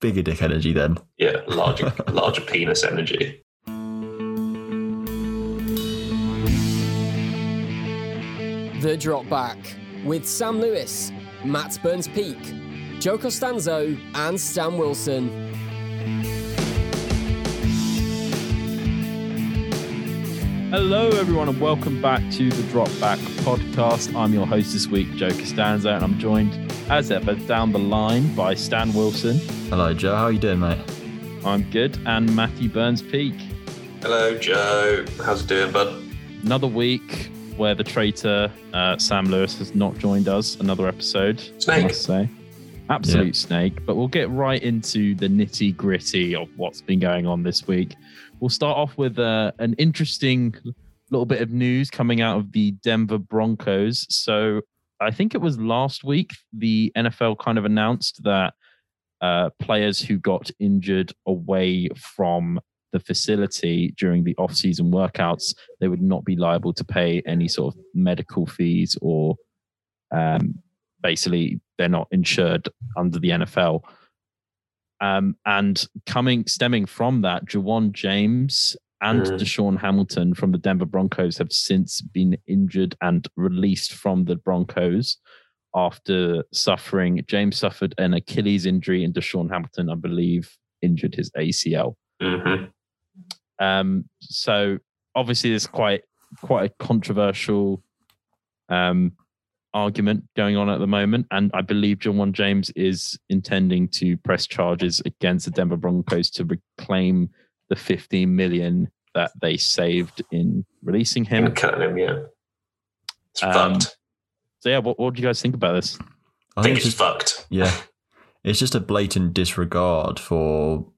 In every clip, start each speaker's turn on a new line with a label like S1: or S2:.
S1: Bigger dick energy then.
S2: Yeah, larger, larger penis energy.
S3: The Drop Back with Sam Lewis, Matt Burns Peak, Joe Costanzo, and Stan Wilson.
S4: Hello, everyone, and welcome back to the Drop Back podcast. I'm your host this week, Joe Costanzo, and I'm joined as ever down the line by Stan Wilson.
S1: Hello, Joe. How you doing, mate?
S4: I'm good, and Matthew Burns Peak.
S2: Hello, Joe. How's it doing, bud?
S4: Another week where the traitor uh, Sam Lewis has not joined us. Another episode, I
S2: Snake.
S4: must say. Absolute snake. But we'll get right into the nitty gritty of what's been going on this week. We'll start off with uh, an interesting little bit of news coming out of the Denver Broncos. So I think it was last week the NFL kind of announced that uh, players who got injured away from the facility during the off-season workouts they would not be liable to pay any sort of medical fees or um, basically they're not insured under the NFL. Um, and coming stemming from that, Jawan James and
S2: Mm.
S4: Deshaun Hamilton from the Denver Broncos have since been injured and released from the Broncos after suffering. James suffered an Achilles injury, and Deshaun Hamilton, I believe, injured his ACL.
S2: Mm-hmm.
S4: Um, so obviously, there's quite quite a controversial um, argument going on at the moment, and I believe John One James is intending to press charges against the Denver Broncos to reclaim the 15 million that they saved in releasing
S2: I'm
S4: him.
S2: killing him, yeah. It's
S4: Um,
S2: fucked.
S4: So yeah, what, what do you guys think about this?
S2: I think it's
S1: just,
S2: fucked.
S1: yeah, it's just a blatant disregard for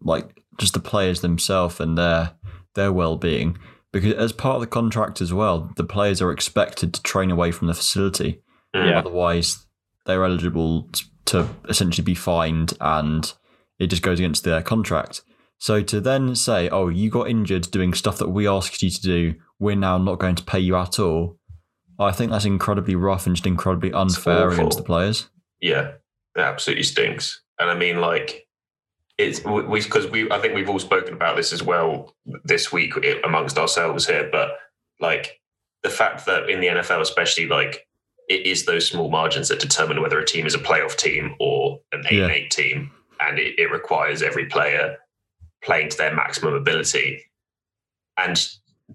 S1: like just the players themselves and their their well being. Because as part of the contract as well, the players are expected to train away from the facility.
S2: Mm.
S4: Yeah.
S1: Otherwise, they're eligible t- to essentially be fined and it just goes against their contract. So to then say, oh, you got injured doing stuff that we asked you to do, we're now not going to pay you at all, I think that's incredibly rough and just incredibly unfair
S2: awful.
S1: against the players.
S2: Yeah, it absolutely stinks. And I mean, like, it's we because we I think we've all spoken about this as well this week i- amongst ourselves here. But like the fact that in the NFL, especially, like it is those small margins that determine whether a team is a playoff team or an eight and eight team, and it, it requires every player playing to their maximum ability. And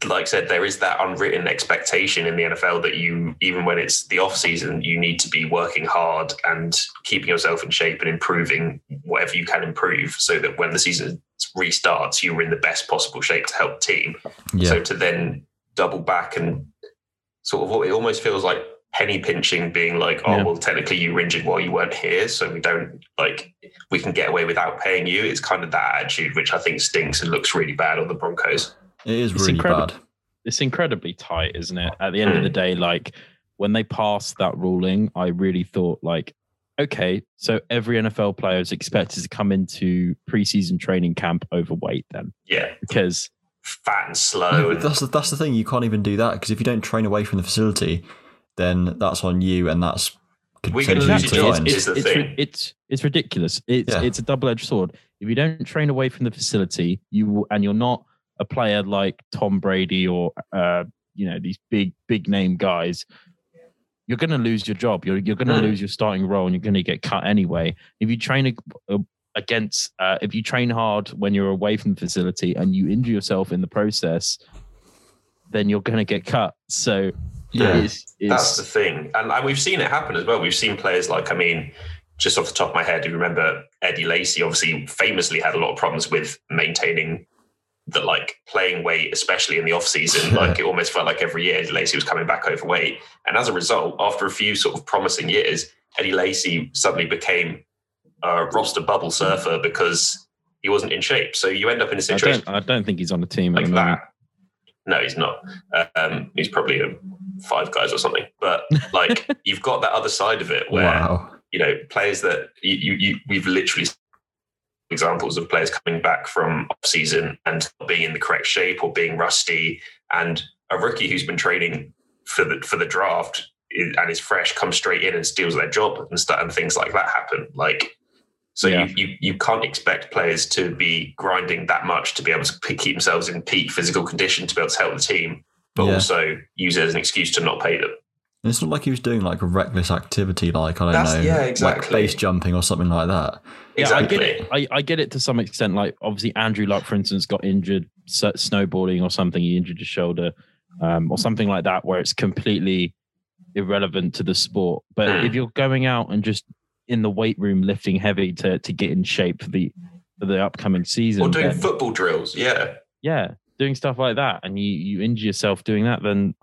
S2: like I said, there is that unwritten expectation in the NFL that you, even when it's the off season, you need to be working hard and keeping yourself in shape and improving whatever you can improve, so that when the season restarts, you're in the best possible shape to help the team.
S1: Yeah.
S2: So to then double back and sort of, it almost feels like penny pinching, being like, "Oh,
S4: Yeah.
S2: well, technically you were injured while you weren't here, so we don't like we can get away without paying you." It's kind of that attitude, which I think stinks and looks really bad on the Broncos.
S1: it is
S4: It's
S1: really
S4: incredible.
S1: bad.
S4: It's incredibly tight, isn't it? At the end of the day, like when they passed that ruling, I really thought like, okay, so every NFL player is expected to come into preseason training camp overweight then
S2: Yeah.
S4: because
S2: fat and
S1: No,
S2: slow.
S1: but
S2: And,
S1: that's, the, that's the thing, you can't even do that because if you don't train away from the facility, then that's on you and that's could
S2: We could lose
S1: potentially
S2: your
S1: be
S2: jobs.
S1: fined.
S2: It's- is the
S4: it's,
S2: thing.
S4: ri- it's it's ridiculous. It's
S1: Yeah.
S4: it's a double edged sword. If you don't train away from the facility, you will, and you're not a player like Tom Brady or uh, you know these big big name guys. You're going to lose your job. You're you're going to
S2: Mm.
S4: lose your starting role, and you're going to get cut anyway. If you train ag- uh, against, uh, if you train hard when you're away from the facility and you injure yourself in the process, then you're going to get cut. So
S1: Yeah.
S4: it's, it's,
S2: that's the thing. And, and we've seen it happen as well. We've seen players like, I mean, just off the top of my head, you remember Eddie Lacey obviously famously had a lot of problems with maintaining the like playing weight, especially in the off season. like it almost felt like every year Eddie Lacey was coming back overweight. And as a result, after a few sort of promising years, Eddie Lacey suddenly became a roster bubble surfer because he wasn't in shape. So you end up in a
S4: I
S2: situation
S4: don't I don't think he's on the team at
S2: like
S4: the moment.
S2: that. No, he's not. Um, he's probably a five guys or something. But like, you've got that other side of it where
S1: Wow.
S2: you know players that you, you, you we've literally seen examples of players coming back from off season and not being in the correct shape or being rusty, and a rookie who's been training for the for the draft i- and is fresh comes straight in and steals their job and stuff and things like that happen. Like So
S4: Yeah.
S2: you, you you can't expect players to be grinding that much to be able to p- keep themselves in peak physical condition to be able to help the team, but
S1: Yeah.
S2: also use it as an excuse to not pay them.
S1: And it's not like he was doing like a reckless activity, like I don't
S2: That's-
S1: know,
S2: yeah,
S1: like
S2: exactly.
S1: base jumping or something like that.
S4: Yeah, I
S2: Exactly.
S4: get it. I, I get it to some extent. Like obviously, Andrew Luck, for instance, got injured s- snowboarding or something. He injured his shoulder um, or something like that, where it's completely irrelevant to the sport. But
S2: Mm.
S4: if you're going out and just in the weight room lifting heavy to to get in shape for the for the upcoming season,
S2: Or doing
S4: then-
S2: football drills, yeah.
S4: yeah, doing stuff like that, and you you injure yourself doing that, then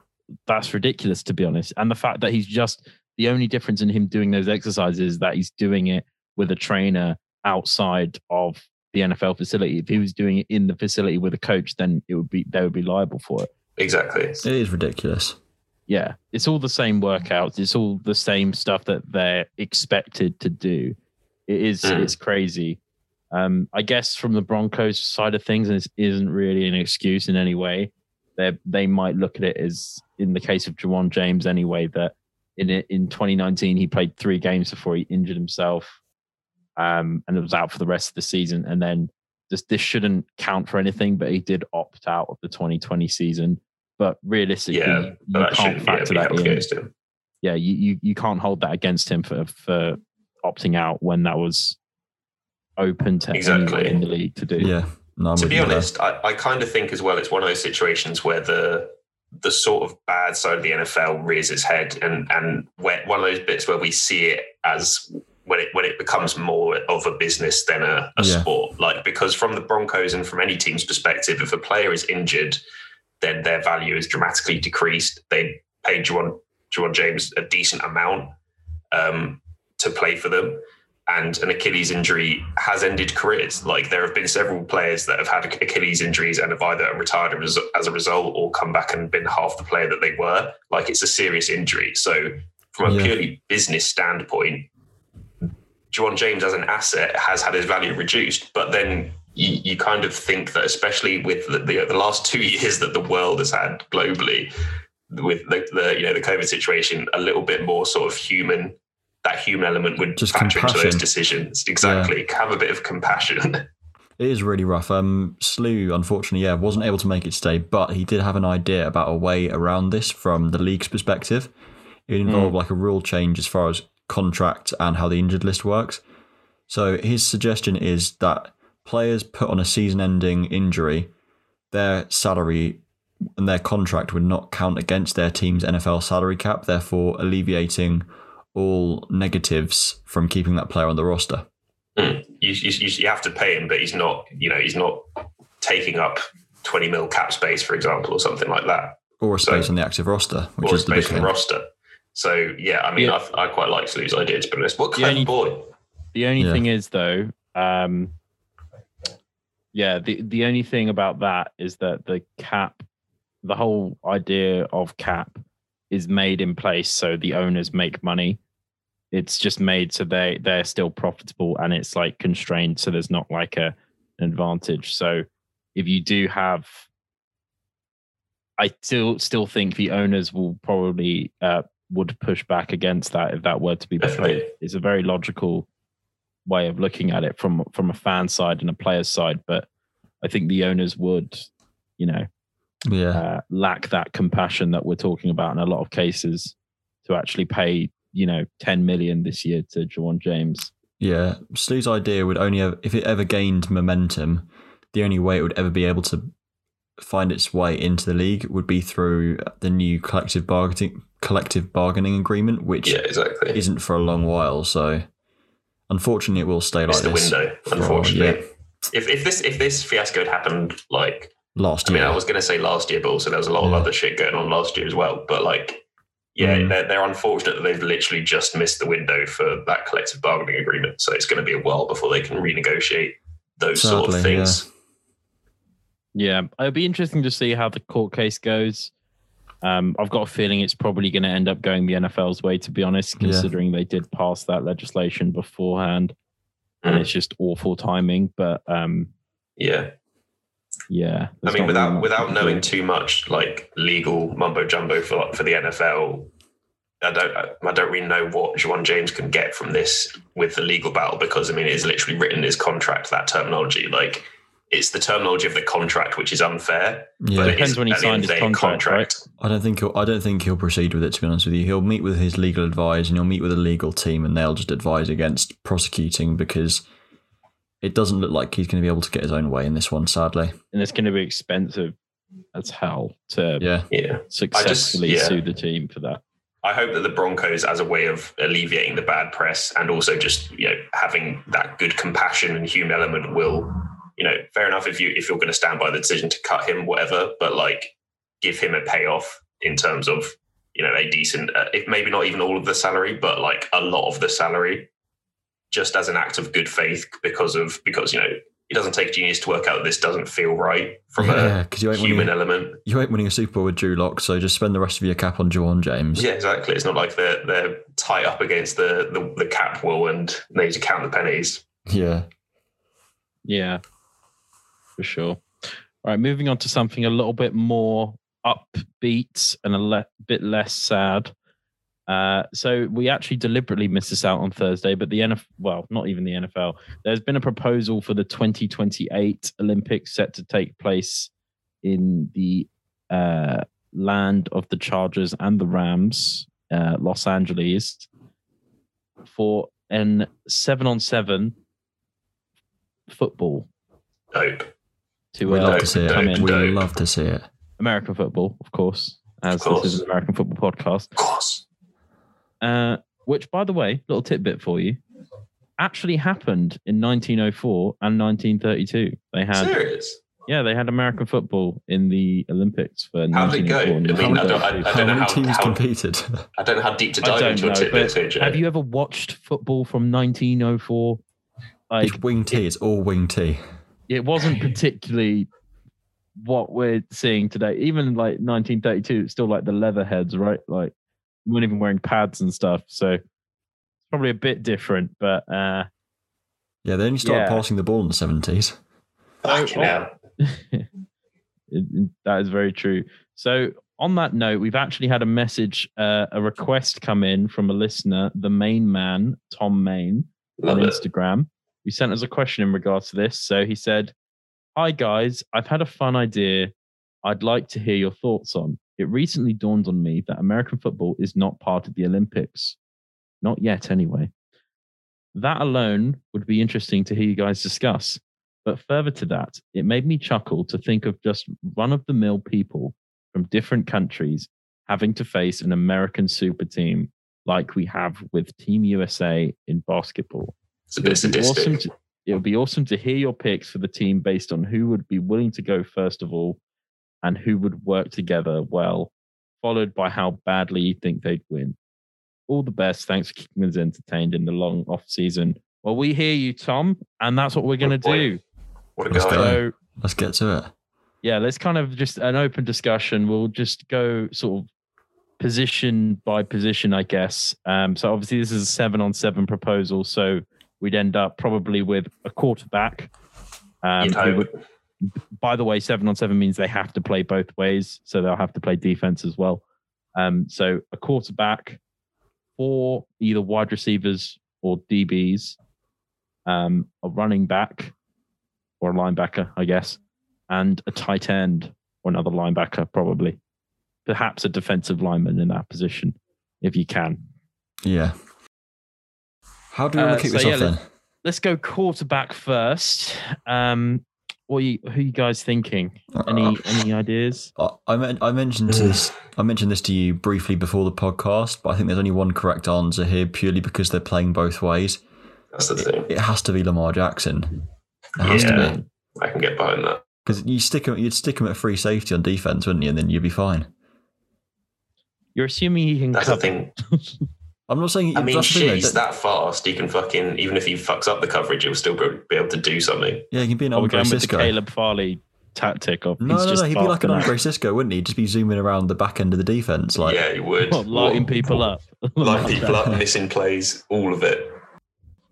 S4: that's ridiculous to be honest. And the fact that he's just the only difference in him doing those exercises is that he's doing it with a trainer outside of the NFL facility. If he was doing it in the facility with a coach, then it would be they would be liable for it.
S2: Exactly.
S1: It is ridiculous.
S4: Yeah, it's all the same workouts. It's all the same stuff that they're expected to do. It is
S2: Mm.
S4: it's crazy. Um, I guess from the Broncos side of things, this isn't really an excuse in any way. They they might look at it as in the case of Jawan James anyway that in it in 2019 he played three games before he injured himself, um, and was out for the rest of the season. And then this this shouldn't count for anything, but he did opt out of the 2020 season. But realistically,
S2: Yeah,
S4: you
S2: But that
S4: can't
S2: shouldn't yeah,
S4: factor
S2: be
S4: that
S2: held
S4: in.
S2: against him.
S4: Yeah, you, you you can't hold that against him for for opting out when that was open to
S2: Exactly.
S4: anyone in the league to do.
S1: Yeah. No, I'm
S2: to
S1: with
S2: be
S1: you there.
S2: honest, I, I kind of think as well it's one of those situations where the the sort of bad side of the NFL rears its head, and and where, one of those bits where we see it as when it when it becomes more of a business than a, a
S1: Yeah.
S2: sport. Like because from the Broncos and from any team's perspective, if a player is injured, then their value is dramatically decreased. They paid Juwan, Juwan James a decent amount um, to play for them and an Achilles injury has ended careers. Like there have been several players that have had Achilles injuries and have either retired as, as a result or come back and been half the player that they were. Like it's a serious injury. So from a
S1: Yeah.
S2: purely business standpoint, Juwan James as an asset has had his value reduced, but then you, you kind of think that, especially with the, the, the last two years that the world has had globally, with the, the you know the COVID situation, a little bit more sort of human that human element would
S1: Just
S2: factor into
S1: compassion.
S2: those decisions. Exactly, have a bit of compassion.
S1: It is really rough. Um, Slew, unfortunately, yeah, wasn't able to make it today, but he did have an idea about a way around this from the league's perspective. It
S2: Hmm.
S1: involved like a rule change as far as contract and how the injured list works. So his suggestion is that players put on a season-ending injury, their salary and their contract would not count against their team's NFL salary cap, therefore alleviating all negatives from keeping that player on the roster.
S2: you, you, you you have to pay him, but he's not you know he's not taking up twenty mil cap space, for example, or something like that,
S1: Or a
S2: So-
S1: space on the active roster, which
S2: or
S1: is the big
S2: space on
S1: thing.
S2: the roster. So yeah, I mean,
S4: Yeah.
S2: I, I quite like Slew's idea to be honest. What
S4: Yeah,
S2: kind
S4: and
S2: of boy?
S4: The only
S1: Yeah.
S4: thing is though, um, yeah, the the only thing about that is that the cap, the whole idea of cap, is made in place so the owners make money. It's just made so they they're still profitable and it's like constrained, so there's not like a an advantage. So if you do have I still still think the owners will probably uh, would push back against that if that were to be played.
S2: Definitely.
S4: It's a very logical way of looking at it from from a fan side and a player's side, but I think the owners would, you know,
S1: Yeah.
S4: uh, lack that compassion that we're talking about in a lot of cases to actually pay, you know, 10 million this year to Jawan James.
S1: Yeah, Slew's idea would only have, if it ever gained momentum, the only way it would ever be able to find its way into the league would be through the new collective bargaining collective bargaining agreement, which
S2: Yeah, exactly.
S1: isn't for a long while. So, unfortunately, it will stay
S2: It's
S1: like
S2: the
S1: this
S2: window,
S1: for-
S2: unfortunately.
S1: yeah,
S2: If, if this if this fiasco had happened like
S1: last
S2: I mean,
S1: year,
S2: I was going to say last year, but also there was a lot
S1: Yeah.
S2: of other shit going on last year as well. But like, yeah,
S1: Mm.
S2: they're, they're unfortunate that they've literally just missed the window for that collective bargaining agreement. So it's going to be a while before they can renegotiate those sort of
S1: Sadly, yeah.
S2: things.
S4: Yeah, it'll be interesting to see how the court case goes. Um, I've got a feeling it's probably going to end up going the NFL's way, to be honest,
S1: Yeah.
S4: considering they did pass that legislation beforehand. And
S2: Mm.
S4: it's just awful timing. But um,
S2: Yeah,
S4: yeah.
S2: I
S4: there's
S2: mean,
S4: not
S2: without
S4: really much
S2: without
S4: to do.
S2: knowing too much like legal mumbo jumbo for for the NFL, I don't I don't really know what Juwan James can get from this with the legal battle because I mean it is literally written in his contract that terminology like it's the terminology of the contract which is unfair.
S1: Yeah.
S2: it
S4: Depends
S2: is
S4: when he
S2: at the end
S4: signed
S2: of
S4: his
S2: the day a
S4: contract,
S1: I don't think he'll, I don't think he'll proceed with it. To be honest with you, he'll meet with his legal advice and he'll meet with a legal team, and they'll just advise against prosecuting because it doesn't look like he's going to be able to get his own way in this one. Sadly,
S4: and it's going to be expensive as hell to
S1: yeah,
S2: Yeah.
S4: successfully
S2: yeah.
S4: sue the team for that.
S2: I hope that the Broncos, as a way of alleviating the bad press and also just you know having that good compassion and human element, will you know fair enough if you if you're going to stand by the decision to cut him, whatever, but like give him a payoff in terms of you know a decent, uh, if maybe not even all of the salary, but like a lot of the salary, just as an act of good faith because of because you know it doesn't take genius to work out that this doesn't feel right from
S1: yeah, because you
S2: a
S1: ain't
S2: human
S1: winning,
S2: element.
S1: you ain't winning a Super Bowl with Drew Lock, so just spend the rest of your cap on Jawan James.
S2: Yeah, exactly. It's not like they're they're tight up against the the, the cap wall and they need to count the pennies.
S1: yeah.
S4: Yeah, for sure. All right, moving on to something a little bit more upbeat and a le- bit less sad. Uh, so we actually deliberately missed this out on Thursday, but the NFL, well, not even the NFL. There's been a proposal for the 2028 Olympics set to take place in the uh, land of the Chargers and the Rams, uh, Los Angeles, for an seven-on-seven football
S2: Dope.
S4: to
S1: We'd
S4: uh,
S1: love
S2: don't-
S1: to see
S4: come
S1: it.
S4: in.
S2: don't-
S1: We'd
S2: don't.
S1: love to see it.
S4: American football, of course, as
S2: Of course.
S4: this is an American football podcast.
S2: Of course.
S4: Uh, which, by the way, little tidbit for you, actually happened in 1904 and 1932. They had,
S2: Serious.
S4: yeah, they had American football in the Olympics for.
S2: How did it go?
S4: 1904 and
S2: I mean, I don't, I,
S4: 1932.
S1: how
S2: I don't know
S1: many
S2: how,
S1: teams
S2: how-
S1: competed?
S2: I don't know how deep to
S4: I
S2: dive
S4: don't
S2: into your
S4: know,
S2: tidbits
S4: but
S2: here, Jay.
S4: Have you ever watched football from 1904? Like,
S1: it's wing tee. It's all wing tee.
S4: it wasn't particularly what we're seeing today. Even like 1932, it's still like the leatherheads, right? Like we weren't even wearing pads and stuff. So it's probably a bit different. But uh
S1: Yeah, they only started
S4: Yeah.
S1: passing the ball in the seventies.
S2: Fucking
S4: Oh,
S2: hell.
S4: it- it- that is very true. So on that note, we've actually had a message, uh, a request come in from a listener, the main man, Tom Main.
S2: Love
S4: on
S2: it.
S4: Instagram. He sent us a question in regards to this. So he said, Hi guys, I've had a fun idea I'd like to hear your thoughts on. It recently dawned on me that American football is not part of the Olympics. Not yet, anyway. That alone would be interesting to hear you guys discuss. But further to that, it made me chuckle to think of just run of the mill people from different countries having to face an American super team like we have with Team USA in basketball.
S2: It's a bit
S4: It would be
S2: sadistic.
S4: Awesome to, it would be awesome to hear your picks for the team based on who would be willing to go first of all and who would work together well, followed by how badly you think they'd win. All the best. Thanks for keeping us entertained in the long off season. Well, we hear you, Tom, and that's what we're going to
S2: Good
S4: do.
S2: What a
S1: Let's
S2: guy.
S1: go.
S4: So,
S1: Let's get to it.
S4: yeah, let's kind of just an open discussion. We'll just go sort of position by position, I guess. Um, so obviously this is a seven on seven proposal, so we'd end up probably with a quarterback. Um,
S2: You'd
S4: who
S2: hope.
S4: would- by the way, seven on seven means they have to play both ways, so they'll have to play defense as well. Um, so a quarterback, four either wide receivers or DBs, um, a running back or a linebacker, I guess, and a tight end or another linebacker, probably. Perhaps a defensive lineman in that position, if you can.
S1: Yeah. How do we want
S4: Uh,
S1: to kick
S4: so
S1: this
S4: yeah,
S1: off
S4: let's-
S1: then?
S4: Let's go quarterback first. Um, what you, who you guys thinking? Any any ideas?
S1: I, Uh, I, men- I mentioned to this. I mentioned this to you briefly before the podcast, but I think there's only one correct answer here, purely because they're playing both ways.
S2: That's the thing.
S1: It has to be Lamar Jackson. It has to
S2: Yeah.
S1: be
S2: I can get behind that.
S1: because you stick him. You'd stick him at free safety on defense, wouldn't you? And then you'd be fine.
S4: You're assuming he can
S2: That's the
S4: cover.
S2: thing.
S1: I'm not saying.
S2: I mean,
S1: that's the thing,
S2: shit,
S1: though,
S2: he's
S1: that-
S2: that fast. He can fucking, even if he fucks up the coverage, he'll still be able to do something.
S1: yeah, he can be an
S4: Are we
S1: Andre
S4: going with the
S1: Cisco.
S4: Caleb Farley tactic of
S1: No,
S4: he's
S1: no,
S4: just
S1: no. He'd be like an
S4: faster
S1: Andre Cisco, wouldn't he? Just be zooming around the back end of the defense, like
S2: yeah, he would.
S4: than- What, lighting
S2: Whoa.
S4: people up?
S2: Light people up, missing plays, all of it.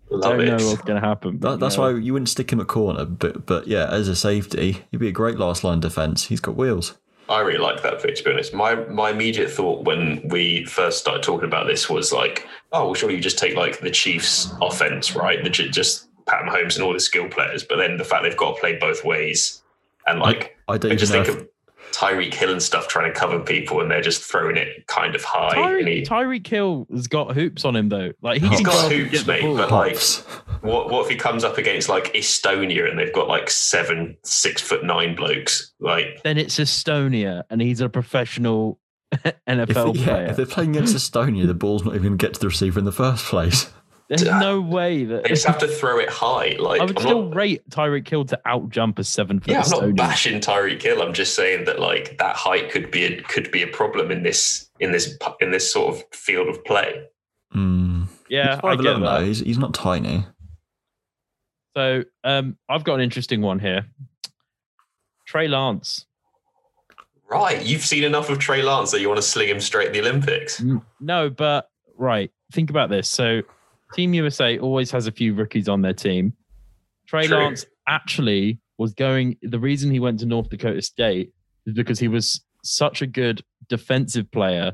S2: Love
S4: Don't know
S2: it.
S4: what's going to happen.
S1: That, that's why you wouldn't stick him at corner, but but yeah, as a safety, he'd be a great last line defense. He's got wheels.
S2: I really like that fit. To be honest, my my immediate thought when we first started talking about this was like, oh, well, surely you just take like the Chiefs' offense, right? The, ju- just Pat Mahomes and all the skill players, but then the fact they've got to play both ways, and like
S1: I don't
S2: I
S1: even
S2: just
S1: know.
S2: think
S1: If,
S2: of Tyreek Hill and stuff trying to cover people, and they're just throwing it kind of high. and he-
S4: Tyreek Tyreek Hill has got hoops on him though. Like he
S1: He's
S4: can
S2: got
S4: go up and
S2: hoops,
S4: get the
S2: mate,
S4: ball.
S2: but- like-
S1: Puffs.
S2: What what if he comes up against like Estonia and they've got like seven six foot nine blokes? Like
S4: then it's Estonia, and he's a professional
S1: If,
S4: NFL
S1: yeah,
S4: player.
S1: if they're playing against Estonia, the ball's not even going to get to the receiver in the first place.
S4: There's no way that
S2: they just have to throw it high. Like
S4: I would
S2: I'm
S4: still
S2: not,
S4: rate Tyreek Hill to outjump a seven foot
S2: yeah, I'm not
S4: Estonian.
S2: bashing Tyreek Hill. I'm just saying that like that height could be a, could be a problem in this in this pu- in this sort of field of play.
S1: Mm.
S4: yeah,
S1: He's
S4: I
S1: 5'11"
S4: get that.
S1: though. He's, he's not tiny.
S4: So um, I've got an interesting one here. Trey Lance.
S2: Right, you've seen enough of Trey Lance that you want to sling him straight at the Olympics.
S4: N- No, but right. Think about this. So Team USA always has a few rookies on their team. Trey
S2: True.
S4: Lance actually was going. The reason he went to North Dakota State is because he was such a good defensive player,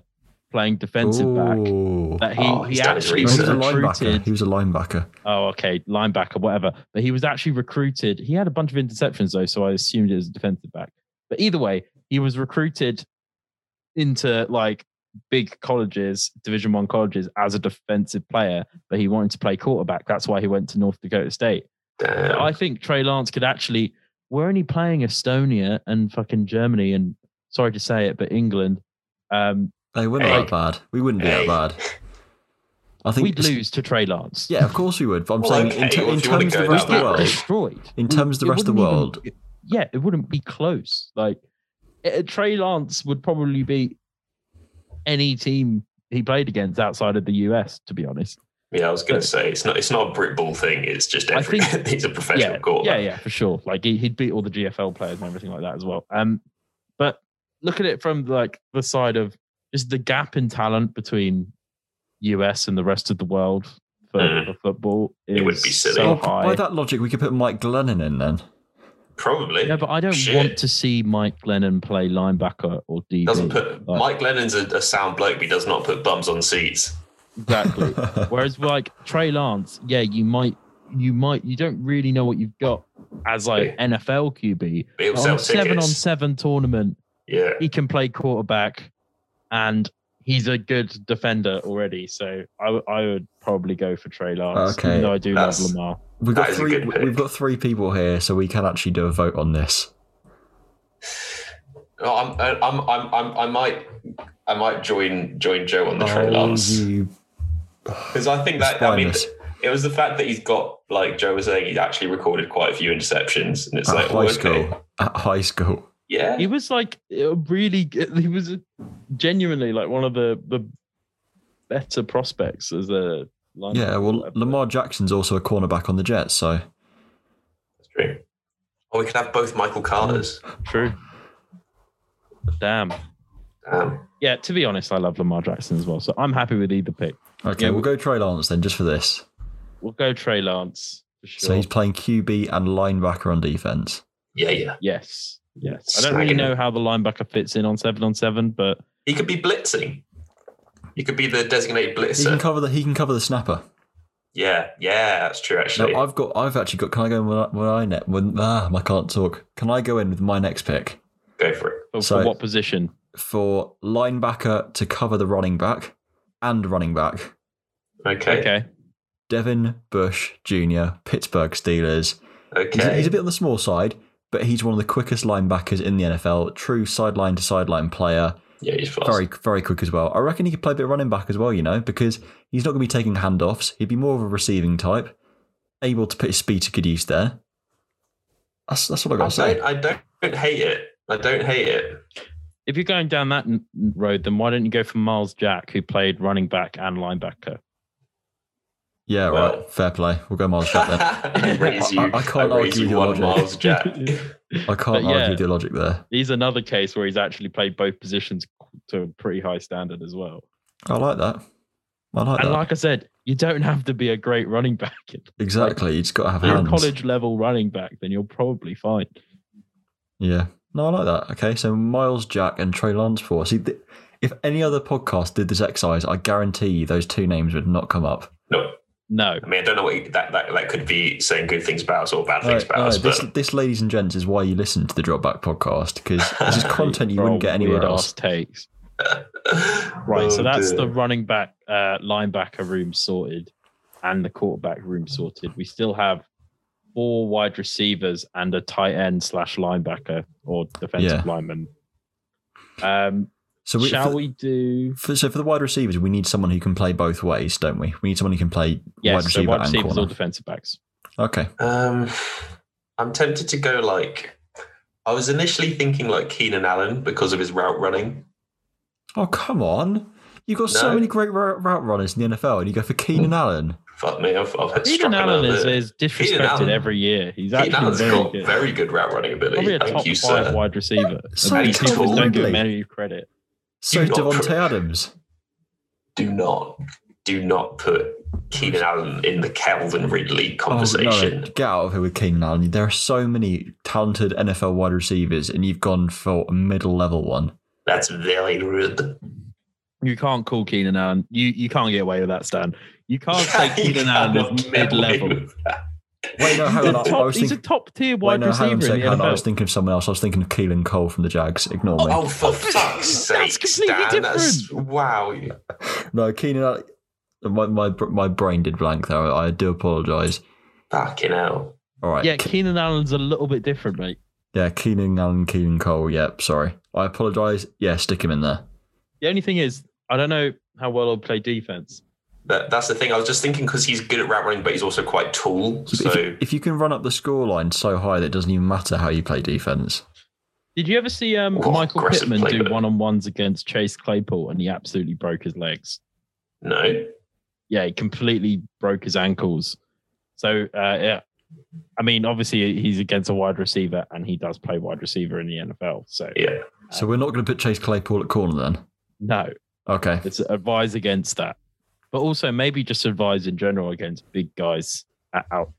S4: playing defensive back
S1: Ooh.
S4: that he,
S2: Oh,
S4: he
S2: he's done his
S4: actually
S1: No, he was a
S2: research.
S1: linebacker.
S4: recruited
S1: He was a linebacker.
S4: Oh, okay, linebacker, whatever. But he was actually recruited. He had a bunch of interceptions though, so I assumed it was a defensive back. But either way, he was recruited into like big colleges, Division One colleges, as a defensive player. But he wanted to play quarterback. That's why he went to North Dakota State. But
S2: Damn.
S4: I think Trey Lance could actually. We're only playing Estonia and fucking Germany, and sorry to say it, but England. Um,
S1: They wouldn't
S2: Hey.
S1: be that bad. We wouldn't be
S2: Hey.
S1: that bad. I think
S4: we'd
S1: it's-
S4: lose to Trey Lance.
S1: Yeah, of course we would. But I'm
S2: Well,
S1: saying in,
S2: okay,
S1: ter-
S2: well,
S1: in
S2: if you wanna
S1: terms of the
S2: go
S1: rest of
S2: that
S1: the
S2: route.
S1: world,
S4: destroyed.
S1: in terms of the
S4: It
S1: rest of the
S4: wouldn't even-
S1: world,
S4: it- yeah, it wouldn't be close. Like eh, Trey Lance would probably beat any team he played against outside of the US. To be honest,
S2: Yeah, I was going to say it's not it's not a brick ball thing. It's just
S4: I
S2: every
S4: think-
S2: he's a professional
S4: yeah, yeah,
S2: quarterback.
S4: yeah, for sure. Like he, he'd beat all the GFL players and everything like that as well. Um, but look at it from like the side of just the gap in talent between US and the rest of the world for,
S2: Mm.
S4: for football. Is
S2: It would be silly. Oh,
S4: So
S1: well,
S4: high.
S1: by that logic, we could put Mike Glennon in then.
S2: Probably
S4: yeah, but I don't
S2: Shit.
S4: want to see Mike Glennon play linebacker or DB.
S2: doesn't put
S4: Like-
S2: Mike Lennon's a, a sound bloke. But he does not put bums on seats.
S4: Exactly. Whereas like Trey Lance, yeah, you might you might you don't really know what you've got as like NFL QB.
S2: But he'll
S4: But on
S2: sell
S4: a Oh, seven on
S2: tickets.
S4: seven tournament,
S2: yeah.
S4: he can play quarterback and he's a good defender already. So I w- I would probably go for Trey Lance.
S1: Okay.
S4: Even though I do love
S2: That's-
S4: Lamar.
S1: we've
S2: That
S1: got
S2: is a
S1: three.
S2: good pick.
S1: We've got three people here, so we can actually do a vote on this.
S2: Oh, I'm, I'm, I'm, I'm, I might, I might join join Joe on the Trey
S1: Oh,
S2: Lance
S1: you
S2: because I think that I mean
S1: spineless.
S2: it was the fact that he's got like Joe was saying he's actually recorded quite a few interceptions and it's
S1: at
S2: like
S1: high
S2: oh, okay
S1: school. At high school.
S2: yeah
S4: He was like a really g- he was genuinely like one of the the better prospects as a linebacker.
S1: Yeah. Well, Lamar Jackson's also a cornerback on the Jets, so
S2: that's true. Or we could have both Michael Carter's.
S4: True. Damn.
S2: Damn.
S4: Yeah, to be honest, I love Lamar Jackson as well. So I'm happy with either pick.
S1: okay,
S4: Yeah,
S1: we'll go Trey Lance then, just for this.
S4: We'll go Trey Lance for sure.
S1: So he's playing QB and linebacker on defense.
S2: Yeah, yeah.
S4: yes. Yes. I don't really
S2: Snagging
S4: know
S2: it.
S4: how the linebacker fits in on seven on seven, but
S2: He could be blitzing. He could be the designated
S1: He can
S2: blitzer.
S1: cover the. He can cover the snapper.
S2: yeah, yeah, that's true. Actually,
S1: No, I've got. I've actually got. Can I go in with my net? When ah, I can't talk. Can I go in with my next pick
S2: go for it.
S4: for,
S1: So-
S4: for what position?
S1: for linebacker to cover the running back and running back?
S2: Okay, okay.
S4: Okay.
S1: Devin Bush Jr. Pittsburgh Steelers. He's, a, he's a bit on the small side, but he's one of the quickest linebackers in the NFL. True sideline to sideline player.
S2: yeah, he's fast.
S1: Very very quick as well. I reckon he could play a bit of running back as well. You know, because he's not going to be taking handoffs. He'd be more of a receiving type, able to put his speed to good use there. That's that's what I got
S2: I
S1: to say.
S2: don't, I don't hate it. I don't hate it.
S4: If you're going down that n- road, then why don't you go for Miles Jack, who played running back and linebacker?
S1: Yeah,
S2: Well-
S1: right. Fair play. We'll go Miles Jack then.
S2: I raise you.
S1: I-
S2: I,
S1: I can't
S2: raise
S1: argue
S2: you
S1: with your
S2: one
S1: logic.
S2: Miles Jack.
S1: I can't
S4: But yeah.
S1: argue the logic there.
S4: He's another case where he's actually played both positions to a pretty high standard as well.
S1: I like that. I like
S4: And
S1: that.
S4: like I said, you don't have to be a great running back. If
S1: exactly. you just got to have
S4: you're a
S1: hands.
S4: college level running back, then you're probably fine.
S1: Yeah. No, I like that. Okay, so Miles Jack and Trey Lance for see th- if any other podcast did this exercise, I guarantee you those two names would not come up.
S2: No,
S4: No.
S2: I mean I don't know what you, that, that that could be saying good things about us or bad
S1: Alright,
S2: things about us,
S1: alright, this,
S2: but
S1: this, ladies and gents, is why you listen to the Dropback podcast because this is content you wouldn't get anywhere else.
S4: Takes. Right, so
S2: Oh,
S4: that's
S2: dear.
S4: the running back, uh, linebacker room sorted, and the quarterback room sorted. We still have four wide receivers and a tight end slash linebacker or defensive lineman. Um,
S1: So we,
S4: shall
S1: for,
S4: we do?
S1: for- so for the wide receivers, we need someone who can play both ways, don't we? We need someone who can play
S4: Yes,
S1: wide receiver
S4: so wide
S1: and
S4: receivers or
S1: corner.
S4: defensive backs.
S1: Okay,
S2: Um, I'm tempted to go like I was initially thinking like Keenan Allen because of his route running.
S1: Oh, come on. You've got so
S2: No.
S1: many great ro- route runners in the NFL, and you go for Keenan
S4: Mm.
S1: Allen.
S2: Fuck me, I've, I've had
S4: Eden
S2: struck
S4: Allen
S2: another-
S4: is, is disrespected
S2: Allen-
S4: every year. He's
S2: Keenan
S4: actually
S2: Allen's
S4: very
S2: got
S4: good.
S2: very good uh, route running
S4: Probably
S2: ability.
S4: a top
S2: Thank you,
S4: five
S2: sir.
S4: wide receiver.
S1: So
S4: And
S2: totally.
S4: people don't give him
S1: Totally.
S4: any credit.
S1: So
S2: You're not
S1: Devontae
S2: true.
S1: Adams.
S2: Do not, do not put Keenan Allen in the Calvin
S1: Oh,
S2: Ridley
S1: no,
S2: conversation.
S1: get out of here with Keenan Allen. There are so many talented NFL wide receivers, and you've gone for a middle level one.
S2: That's very rude.
S4: You can't call Keenan Allen. You you can't get away with that, Stan. You can't
S2: Yeah,
S4: say
S2: you
S4: Keenan Allen
S2: cannot
S4: is
S2: get
S4: mid level.
S2: away with that.
S1: Wait, no, hang
S4: He's
S1: on.
S4: a
S1: I
S4: top,
S1: was
S4: he's a
S1: thinking,
S4: top tier
S1: wait,
S4: wide
S1: no, hang on a
S4: receiver in
S1: second.
S4: the
S1: hang on, I was
S4: NFL.
S1: thinking of someone else. I was thinking of Keelan Cole from the Jags. Ignore me.
S2: Oh, for fuck's sake,
S4: That's completely
S2: Stan! That's wow.
S4: oh.
S1: No, Keenan Allen. My, my, my brain did blank there. I do apologise.
S2: Fucking hell.
S1: All right.
S4: Yeah,
S1: Ke-
S4: Keenan Allen's a little bit different, mate.
S1: yeah, Keenan Allen, Keenan Cole. Yep, sorry. I apologise. Yeah, stick him in there.
S4: The only thing is, I don't know how well he'll play defense.
S2: That, that's the thing. I was just thinking because he's good at route running, but he's also quite tall.
S1: If- if,
S2: So
S1: you, if you can run up the scoreline so high that it doesn't even matter how you play defense.
S4: Did you ever see um,
S2: Oh,
S4: Michael
S2: aggressive
S4: Pittman
S2: play,
S4: do
S2: though.
S4: one on ones against Chase Claypool and he absolutely broke his legs?
S2: no,
S4: yeah, he completely broke his ankles. So uh, yeah, I mean, obviously he's against a wide receiver, and he does play wide receiver in the NFL. So
S2: yeah,
S1: So we're not going to put Chase Claypool at corner then.
S4: no,
S1: Okay.
S4: it's advise against that, but also maybe just advise in general against big guys a- out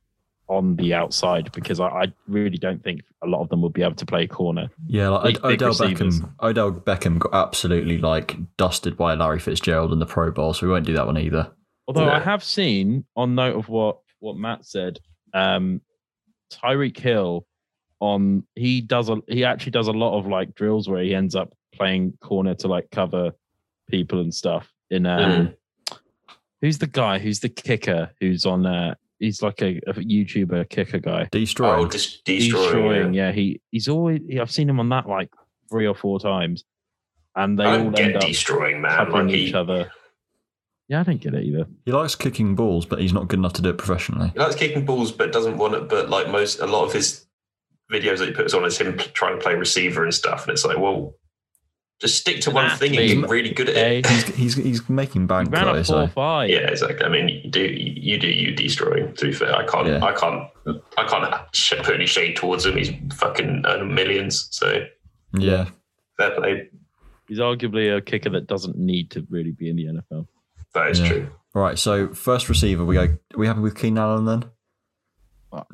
S4: on the outside because I, I really don't think a lot of them will be able to play corner.
S1: Yeah, like
S4: Big- big
S1: Odell
S4: receivers.
S1: Beckham. Odell Beckham got absolutely like dusted by Larry Fitzgerald in the Pro Bowl, so we won't do that one either.
S4: Although I
S2: No.
S4: have seen, on note of what what Matt said, um, Tyreek Hill on he does a he actually does a lot of like drills where he ends up playing corner to like cover people and stuff. In um,
S2: Mm.
S4: who's the guy? Who's the kicker? Who's on? Uh, he's like a, a YouTuber kicker guy.
S1: Destroy.
S2: oh, just destroying. yeah.
S4: yeah. he he's always. I've seen him on that like three or four times, and they
S2: I
S4: all
S2: don't get
S4: end up
S2: destroying, man.
S4: covering
S2: Like he,
S4: each other. Yeah, I don't get it either.
S1: he likes kicking balls, but he's not good enough to do it professionally.
S2: he likes kicking balls, but doesn't want it. But like most, a lot of his videos that he puts on is him p- trying to play receiver and stuff. And it's like, well, just stick to
S4: An
S2: one thing and
S4: athlete.
S2: you're really good at
S4: Okay.
S2: it.
S1: He's he's, he's making
S4: He
S1: bank
S4: ran
S1: though,
S4: up
S1: so
S4: four five.
S2: Yeah, exactly. I mean, you do, you do, you destroying. To be fair, I can't,
S1: Yeah.
S2: I can't, I can't sh- put any shade towards him. He's fucking earning millions, so
S1: yeah.
S2: fair play.
S4: He's arguably a kicker that doesn't need to really be in the NFL.
S2: That is
S1: Yeah.
S2: true.
S1: All right, so first receiver, we go. Are we happy with Keenan Allen then?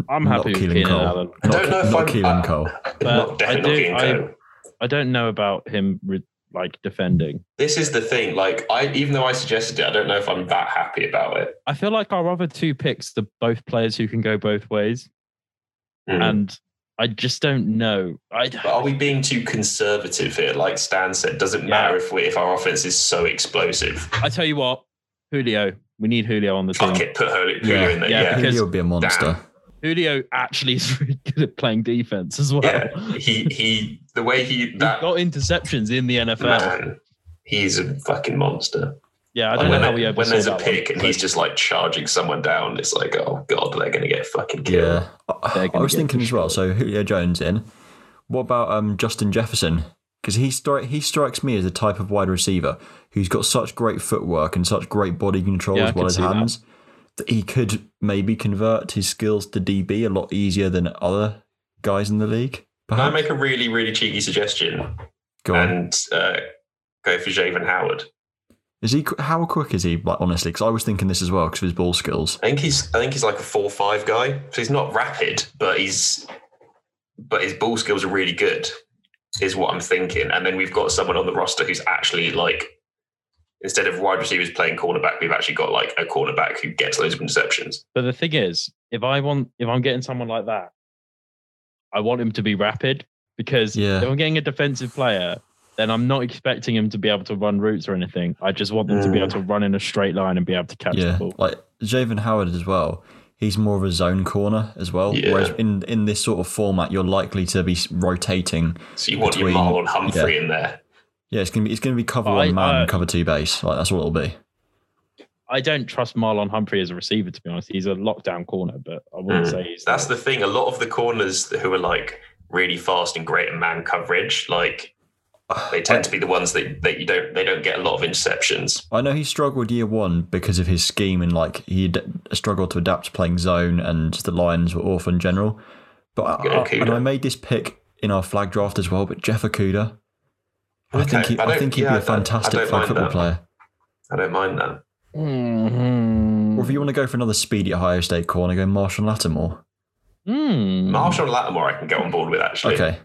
S4: I'm
S1: Not
S4: happy with
S1: Keelan
S4: Keenan
S1: Cole.
S4: Allen.
S2: I don't
S1: Not-
S2: know if
S1: not
S2: I'm-
S1: Keelan
S2: uh,
S1: Cole.
S4: But
S2: not definitely
S4: I do-
S2: not
S4: I-
S2: getting Cole.
S4: I don't know about him re- like defending.
S2: This is the thing. Like, I even though I suggested it, I don't know if I'm that happy about it.
S4: I feel like our other two picks, the both players who can go both ways,
S2: Mm.
S4: and I just don't know. I
S2: But are we being too conservative here? Like Stan said, doesn't matter if we if our offense is so explosive.
S4: I tell you what, Julio, we need Julio on the
S2: Fuck
S4: team.
S2: it, put Julio
S1: Yeah,
S2: in there.
S4: yeah,
S2: Yeah,
S1: He-
S4: because-
S1: He'll be a monster.
S4: Julio actually is really good at playing defense as well.
S2: Yeah. he he the way he
S4: He's
S2: that
S4: got interceptions in the NFL.
S2: man, he's a fucking monster.
S4: Yeah, I
S2: Like,
S4: don't
S2: when
S4: know how
S2: there-
S4: we ever
S2: when
S4: saw
S2: there's a
S4: that
S2: pick
S4: one.
S2: and he's just like charging someone down, it's like oh god, they're gonna get fucking killed.
S1: Yeah, I,
S4: They're
S1: I
S4: gonna
S1: was
S4: get
S1: thinking as well. So Julio Jones in. What about um, Justin Jefferson? Because he stri- he strikes me as the type of wide receiver who's got such great footwork and such great body control
S4: Yeah, I
S1: as well
S4: could
S1: as
S4: see that.
S1: hands that. he could maybe convert his skills to DB a lot easier than other guys in the league.
S2: Can I
S1: Perhaps.
S2: make a really really cheeky suggestion
S1: Go on.
S2: and uh, go for Javen Howard?
S1: Is he? qu- How quick is he? Like honestly, because I was thinking this as well because of his ball skills.
S2: I think he's I think he's like a four five guy. So he's not rapid, but he's but his ball skills are really good. is what I'm thinking. And then we've got someone on the roster who's actually like, instead of wide receivers playing cornerback, we've actually got like a cornerback who gets loads of interceptions.
S4: But the thing is, if I want, if I'm getting someone like that, I want him to be rapid because
S1: Yeah.
S4: if I'm getting a defensive player, then I'm not expecting him to be able to run routes or anything. I just want them to be able to run in a straight line and be able to catch
S1: yeah,
S4: the ball.
S1: like Javen Howard as well. He's more of a zone corner as well.
S2: Yeah.
S1: Whereas in in this sort of format, you're likely to be s- rotating.
S2: So you want
S1: Between-
S2: your Marlon Humphrey in there.
S1: Yeah, it's gonna be it's gonna be
S2: Oh,
S1: cover
S4: I-
S1: one man,
S2: uh,
S4: I-
S1: cover two base. Like that's what it'll be.
S4: I don't trust Marlon Humphrey as a receiver, to be honest. He's a lockdown corner, but I wouldn't
S2: Mm.
S4: say he's.
S2: That's the thing. A lot of the corners who are like really fast and great at man coverage, like they tend to be the ones that, that you don't they don't get a lot of interceptions.
S1: I know he struggled year one because of his scheme and like he d- struggled to adapt to playing zone, and the Lions were awful in general. But I,
S2: Yeah,
S1: I-
S2: Okuda.
S1: and I made this pick in our flag draft as well. But Jeff Okuda, I think
S2: Okay,
S1: he,
S2: I
S1: I,
S2: don't-
S1: think he'd
S2: yeah,
S1: be
S2: I
S1: a
S2: don't- I
S1: fantastic
S2: don't
S1: flag
S2: mind
S1: football
S2: that.
S1: player.
S2: I don't mind that.
S4: Mhm.
S1: Or if you want to go for another speedy Ohio State corner, go Marshall Lattimore.
S4: Hmm.
S2: Marshall Lattimore, I can get on board with actually.
S1: Okay,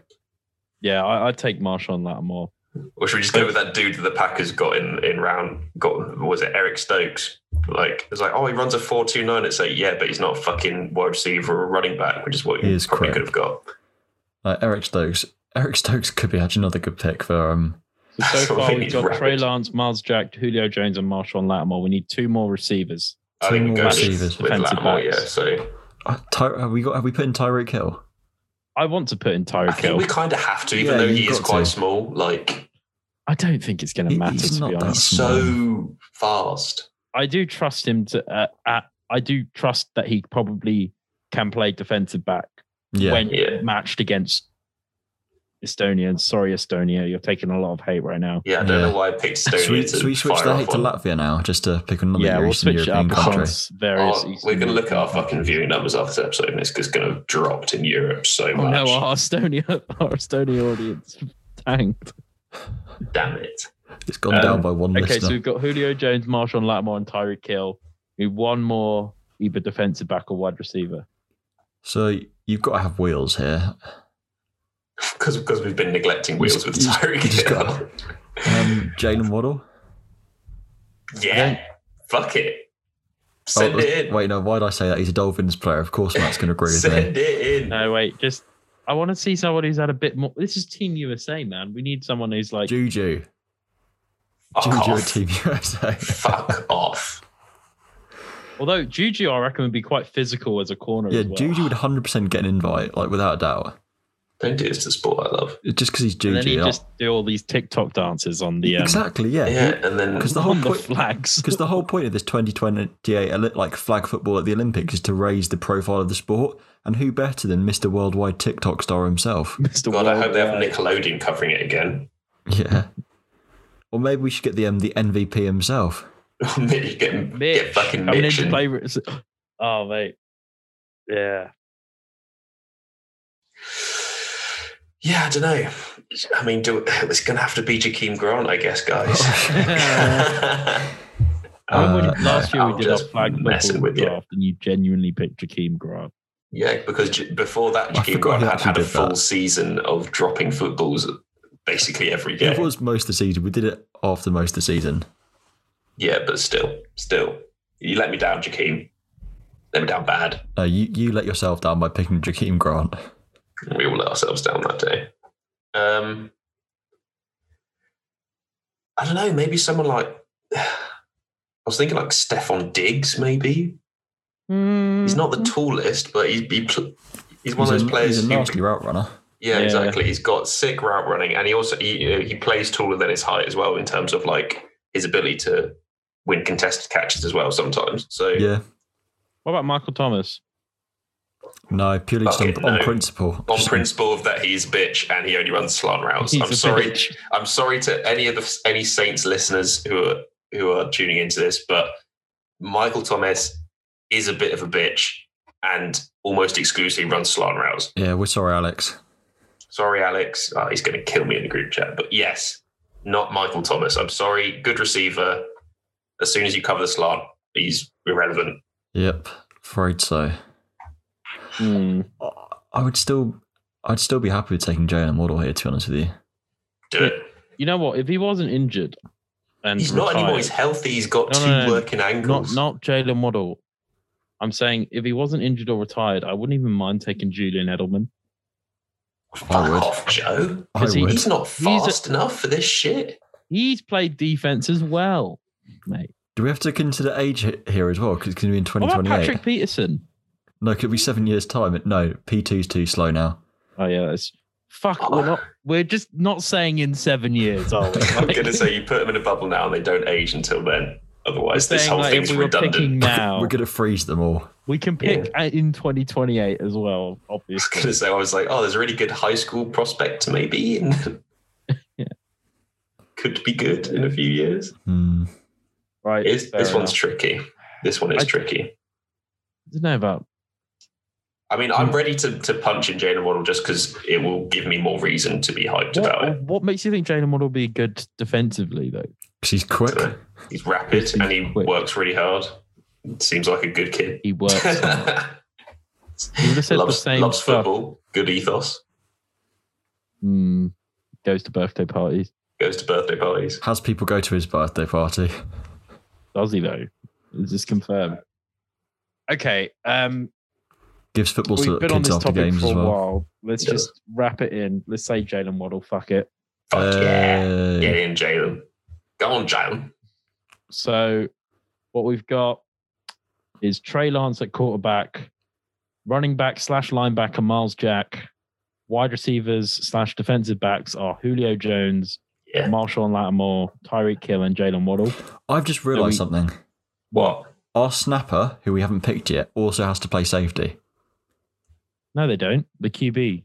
S4: Yeah, I, I'd take Marshawn Lattimore.
S2: Or should we just go with that dude that the Packers got in in round? Got was it Eric Stokes? Like it's like oh he runs a four two nine. It's like yeah, but he's not a fucking wide receiver or a running back, which is what
S1: He
S2: you
S1: is
S2: probably
S1: crap.
S2: could have got.
S1: uh, Eric Stokes. Eric Stokes could be actually another good pick for um.
S4: So, so
S2: That's what
S4: far,
S2: we
S4: we've
S2: need
S4: got
S2: rapid.
S4: Trey Lance, Miles Jack, Julio Jones, and Marshawn Lattimore. We need two more receivers.
S2: I
S1: Two
S2: think we
S1: more
S2: go
S1: receivers.
S2: with, with
S4: Defensive
S2: Lattimore. Yeah,
S4: backs.
S2: so
S1: Uh, Ty- have we got? Have we put in Tyreek Hill?
S4: I want to put in
S2: I
S4: Tyreek
S2: think
S4: Hill.
S2: we kind of have to, even
S1: Yeah,
S2: though he
S1: you've
S2: is
S1: got
S2: quite
S1: to.
S2: small. Like
S4: I don't think it's going to
S1: He-
S4: matter,
S1: he's
S4: to be
S1: not that
S4: honest.
S2: he's so fast.
S4: I do trust him to. Uh, uh, I do trust that he probably can play defensive back
S1: Yeah,
S4: when
S2: Yeah.
S4: matched against Estonians. Sorry, Estonia, you're taking a lot of hate right now.
S2: Yeah, I don't
S1: Yeah.
S2: know why I picked Stone.
S1: so we, so we switch the hate to Latvia now, just to pick another
S4: yeah, we'll
S1: Eastern
S4: switch it up
S1: European country.
S4: across various.
S2: Oh, we're
S4: Eastern
S2: going to look at our
S4: European
S2: fucking viewing numbers after this episode, and it's just going to have dropped in Europe so
S4: countries. Oh
S2: much.
S4: no, our Estonia, our Estonia audience tanked.
S2: Damn it.
S1: It's gone
S4: Um,
S1: down by one
S4: Okay,
S1: listener.
S4: so we've got Julio Jones, Marshawn Lattimore, and Tyreek Hill. We need one more either defensive back or wide receiver.
S1: So, you've got to have wheels here.
S2: Because because we've been neglecting wheels with
S1: You just-
S2: Tyreek
S1: you just
S2: Hill.
S1: gotta- Um, Jalen Waddle.
S2: Yeah. Fuck it. Send
S1: Oh,
S2: it in.
S1: Wait, no. Why did I say that? He's a Dolphins player. Of course, Matt's going to agree with me.
S2: Send it in.
S4: No, wait, just I want to see someone who's had a bit more. This is Team USA, man. We need someone who's like
S1: Juju,
S4: Oh.
S2: Fuck
S1: Juju, at
S2: off.
S1: Team USA.
S2: Fuck off.
S4: Although Juju, I reckon, would be quite physical as a corner.
S1: Yeah,
S4: as well.
S1: Juju would 100% get an invite, like without a doubt.
S2: Don't do this to the sport I love.
S1: Just because he's
S4: And then
S1: Juju.
S4: he
S1: like-
S4: just do all these TikTok dances on the um,
S1: exactly, yeah.
S2: Yeah, and then
S1: Because the whole
S4: on the
S1: point,
S4: flags.
S1: because the whole point of this 2028 Oli- like flag football at the Olympics is to raise the profile of the sport, and who better than Mr. Worldwide TikTok star himself?
S4: Mr.
S2: God, I hope they have
S4: Worldwide.
S2: Nickelodeon covering it again.
S1: Yeah. Or maybe we should get the um, the MVP himself.
S2: Mitch, get,
S4: Mitch
S2: get fucking
S4: coming in
S2: Mitch.
S4: to
S2: And,
S4: play. with- Oh mate, yeah.
S2: yeah, I don't know. I mean, do, it's going to have to be Jakeem Grant, I guess, guys.
S4: When we-
S1: Uh,
S4: last year we
S2: I'm
S4: did our
S2: just
S4: flag
S2: messing
S4: football
S2: with you.
S4: draft, and you genuinely picked Jakeem Grant.
S2: yeah, because j- before that,
S1: I
S2: Jakeem
S1: forgot
S2: Grant
S1: he
S2: had
S1: actually
S2: had a
S1: did
S2: full
S1: that.
S2: season of dropping footballs basically every
S1: It
S2: game.
S1: was most of the season. We did it after most of the season.
S2: Yeah, but still, still, you let me down, Jakeem. Let me down bad.
S1: No, you, you let yourself down by picking Jakeem Grant.
S2: We all let ourselves down that day. Um, I don't know. Maybe someone like I was thinking like Stefan Diggs. Maybe he's not the tallest, but he, he pl- he's one
S1: He's a-
S2: of those players.
S1: He's a
S2: who-
S1: nasty route runner.
S2: yeah,
S4: Yeah.
S2: exactly. He's got sick route running, and he also he, you know, he plays taller than his height as well in terms of like his ability to win contested catches as well sometimes. So
S1: Yeah.
S4: What about Michael Thomas?
S1: No, purely just on,
S2: Fucking
S1: on
S2: no.
S1: principle.
S2: on
S1: Just-
S2: principle of that he's a bitch and he only runs slant routes.
S4: He's
S2: I'm
S4: a
S2: sorry.
S4: bitch.
S2: I'm sorry to any of the any Saints listeners who are who are tuning into this, but Michael Thomas is a bit of a bitch and almost exclusively runs slant routes.
S1: Yeah, we're sorry, Alex.
S2: Sorry, Alex. Oh, he's going to kill me in the group chat. But yes, not Michael Thomas. I'm sorry. Good receiver. As soon as you cover the slant, he's irrelevant.
S1: Yep, afraid so.
S4: Hmm.
S1: I would still I'd still be happy with taking Jalen Waddle here, to be honest with you.
S2: Do it.
S4: You know what? If he wasn't injured, and
S2: He's not anymore.
S4: retired-
S2: He's healthy. He's got
S4: No,
S2: two
S4: no, no.
S2: working
S4: not
S2: angles.
S4: not Jalen Waddle. I'm saying if he wasn't injured or retired, I wouldn't even mind taking Julian Edelman.
S1: I
S2: Fuck
S1: would.
S2: off, Joe.
S1: I
S4: Is he-
S1: would.
S2: He's not
S4: He's a-
S2: fast enough for this shit.
S4: He's played defense as well, mate.
S1: Do we have to consider age he- here as well? Because it's going to be in
S4: What about
S1: 2028.
S4: Patrick Peterson?
S1: no, could be seven years' time. No, P2's too slow now.
S4: Oh yeah, that's fuck. We're not. We're just not saying in seven years, are we?
S2: I'm
S4: Like,
S2: going to say you put them in a bubble now and they don't age until then.
S4: we're
S2: Otherwise, this
S4: saying,
S2: whole
S4: like,
S2: thing's
S4: if we were picking
S2: redundant.
S4: now,
S1: We're going to freeze them all.
S4: we can pick uh in 2028 as well.
S2: I was going
S4: Obviously,
S2: to say, I was like, oh, there's a really good high school prospect, maybe. And
S4: Yeah.
S2: Could be good in a few years.
S1: Hmm.
S4: right?
S2: It's,
S4: fair
S2: this one's
S4: enough.
S2: tricky. This one is
S4: I-
S2: tricky.
S4: I don't know about.
S2: I mean,
S4: Hmm.
S2: I'm ready to, to punch in Jalen Waddle just because it will give me more reason to be hyped about it.
S4: What, what makes you think Jalen Waddle will be good defensively though?
S1: 'Cause he's quick.
S2: So, He's rapid
S4: He's
S2: and he
S4: quick.
S2: works really hard. Seems like a good kid.
S4: He works. hard. He would have said the
S2: loves
S4: same
S2: loves
S4: stuff.
S2: football. Good ethos.
S4: Mm, goes to birthday parties.
S2: Goes to birthday parties.
S1: Has people go to his birthday party?
S4: Does he though? Is this confirmed? Okay. Um,
S1: Gives football to
S4: we've
S1: the
S4: been on
S1: kids
S4: this
S1: after
S4: topic
S1: games
S4: for
S1: as
S4: a
S1: well.
S4: while. Let's
S2: Yeah.
S4: just wrap it in. Let's say Jalen Waddle. Fuck it.
S2: Fuck
S4: Uh,
S2: yeah.
S1: Yay.
S2: Get in, Jalen. Go on, Jalen.
S4: So, what we've got is Trey Lance at quarterback, running back slash linebacker Miles Jack, wide receivers slash defensive backs are Julio Jones,
S2: Yeah.
S4: Marshawn Lattimore, Tyreek Hill, and Jalen Waddle.
S1: I've just realised
S4: So
S1: something.
S2: What?
S1: Our snapper, who we haven't picked yet, also has to play safety.
S4: No, they don't. The QB.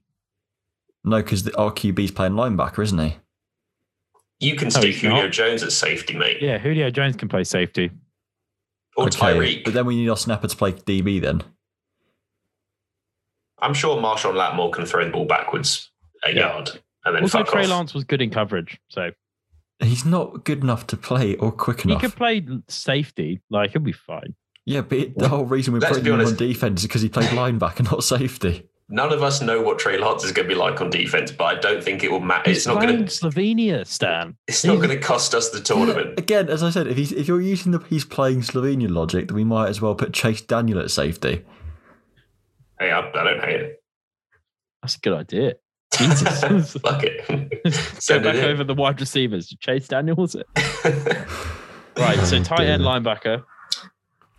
S1: No, because our QB's playing linebacker, isn't he?
S2: You can
S4: No,
S2: stick
S4: he's
S2: Julio
S4: not.
S2: Jones at safety, mate.
S4: Yeah, Julio Jones can play safety.
S2: Or
S1: But
S2: Tyreek.
S1: then we need our snapper to play DB then.
S2: I'm sure Marshawn Latmore can throw the ball backwards a
S4: Yeah.
S2: yard and then
S4: also,
S2: fuck
S4: Trey
S2: off.
S4: Lance was good in coverage, so
S1: He's not good enough to play or quick enough.
S4: he could play safety. Like he'll be fine.
S1: Yeah, but it- the whole reason we're
S2: Let's
S1: putting
S2: be
S1: him on
S2: honest.
S1: defense is because he played linebacker, not safety.
S2: None of us know what Trey Lance is going to be like on defense, but I don't think it will matter.
S4: He's
S2: It's not
S4: playing
S2: going to.
S4: Slovenia, Stan.
S2: It's not
S4: He's-
S2: going to cost us the tournament.
S1: Again, as I said, if he's, if you're using the he's playing Slovenian logic, then we might as well put Chase Daniel at safety.
S2: hey, I, I don't hate it.
S4: That's a good idea. Jesus.
S2: Fuck it.
S4: Go
S2: Send
S4: back
S2: it in.
S4: over the wide receivers. Chase Daniels. Right. So tight end linebacker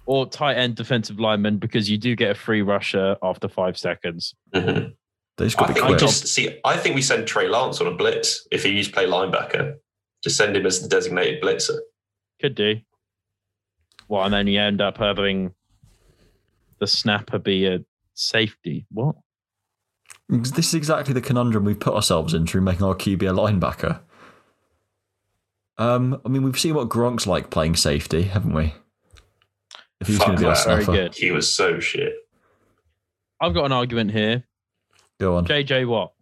S4: or tight end defensive lineman because you do get a free rusher after five seconds.
S2: Mhm.
S1: They just got
S2: I
S1: to be
S2: think we
S1: quick.
S2: just see. I think we send Trey Lance on a blitz if he used to play linebacker. Just send him as the designated blitzer.
S4: Could do. Well, and then you end up having the snapper be a safety. What?
S1: This is exactly the conundrum we've put ourselves in through making our QB a linebacker. Um, I mean, we've seen what Gronk's like playing safety, haven't we? If he's
S2: Fuck
S1: going to be our
S2: that.
S1: snapper,
S4: Very good.
S2: He was so shit.
S4: I've got an argument here.
S1: go on.
S4: JJ Watt.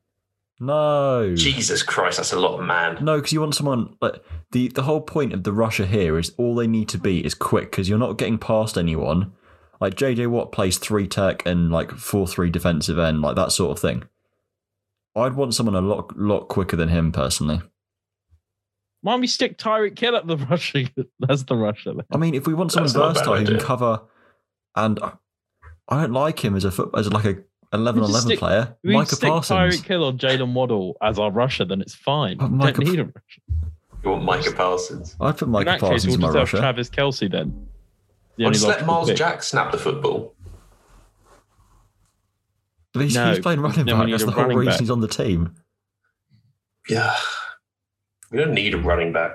S1: No,
S2: Jesus Christ, that's a lot of man.
S1: no, because you want someone like the the whole point of the rusher here is all they need to be is quick because you're not getting past anyone. Like JJ Watt plays three tech and like four three defensive end, like that sort of thing. I'd want someone a lot lot quicker than him personally.
S4: Why don't we stick Tyreek Kill at the rusher? That's the rusher. then.
S1: I mean, if we want someone
S2: That's not a bad
S1: versatile who can
S2: idea.
S1: cover, and I- I don't like him as a foot, as like a 11
S4: We just
S1: 11
S4: stick-
S1: player.
S4: We
S1: Micah
S4: stick
S1: Parsons.
S4: Tyreek Hill or Jalen Waddle as our rusher, then it's fine.
S1: But
S4: We
S1: Micah-
S4: Don't need a rusher.
S2: You want Micah Parsons?
S1: I'd put
S4: In
S1: Micah
S4: that case,
S1: Parsons
S4: we'll
S1: in my
S4: just have
S1: rusher.
S4: Travis Kelsey then. The
S2: Or
S4: only
S2: just let
S4: logical
S2: Miles
S4: pick.
S2: Jack snap the football.
S1: But he's,
S4: No,
S1: he's playing running
S4: then we
S1: back.
S4: need
S1: That's
S4: a
S1: the whole
S4: running
S1: reason
S4: back.
S1: he's on the team.
S2: Yeah. We don't need a running back.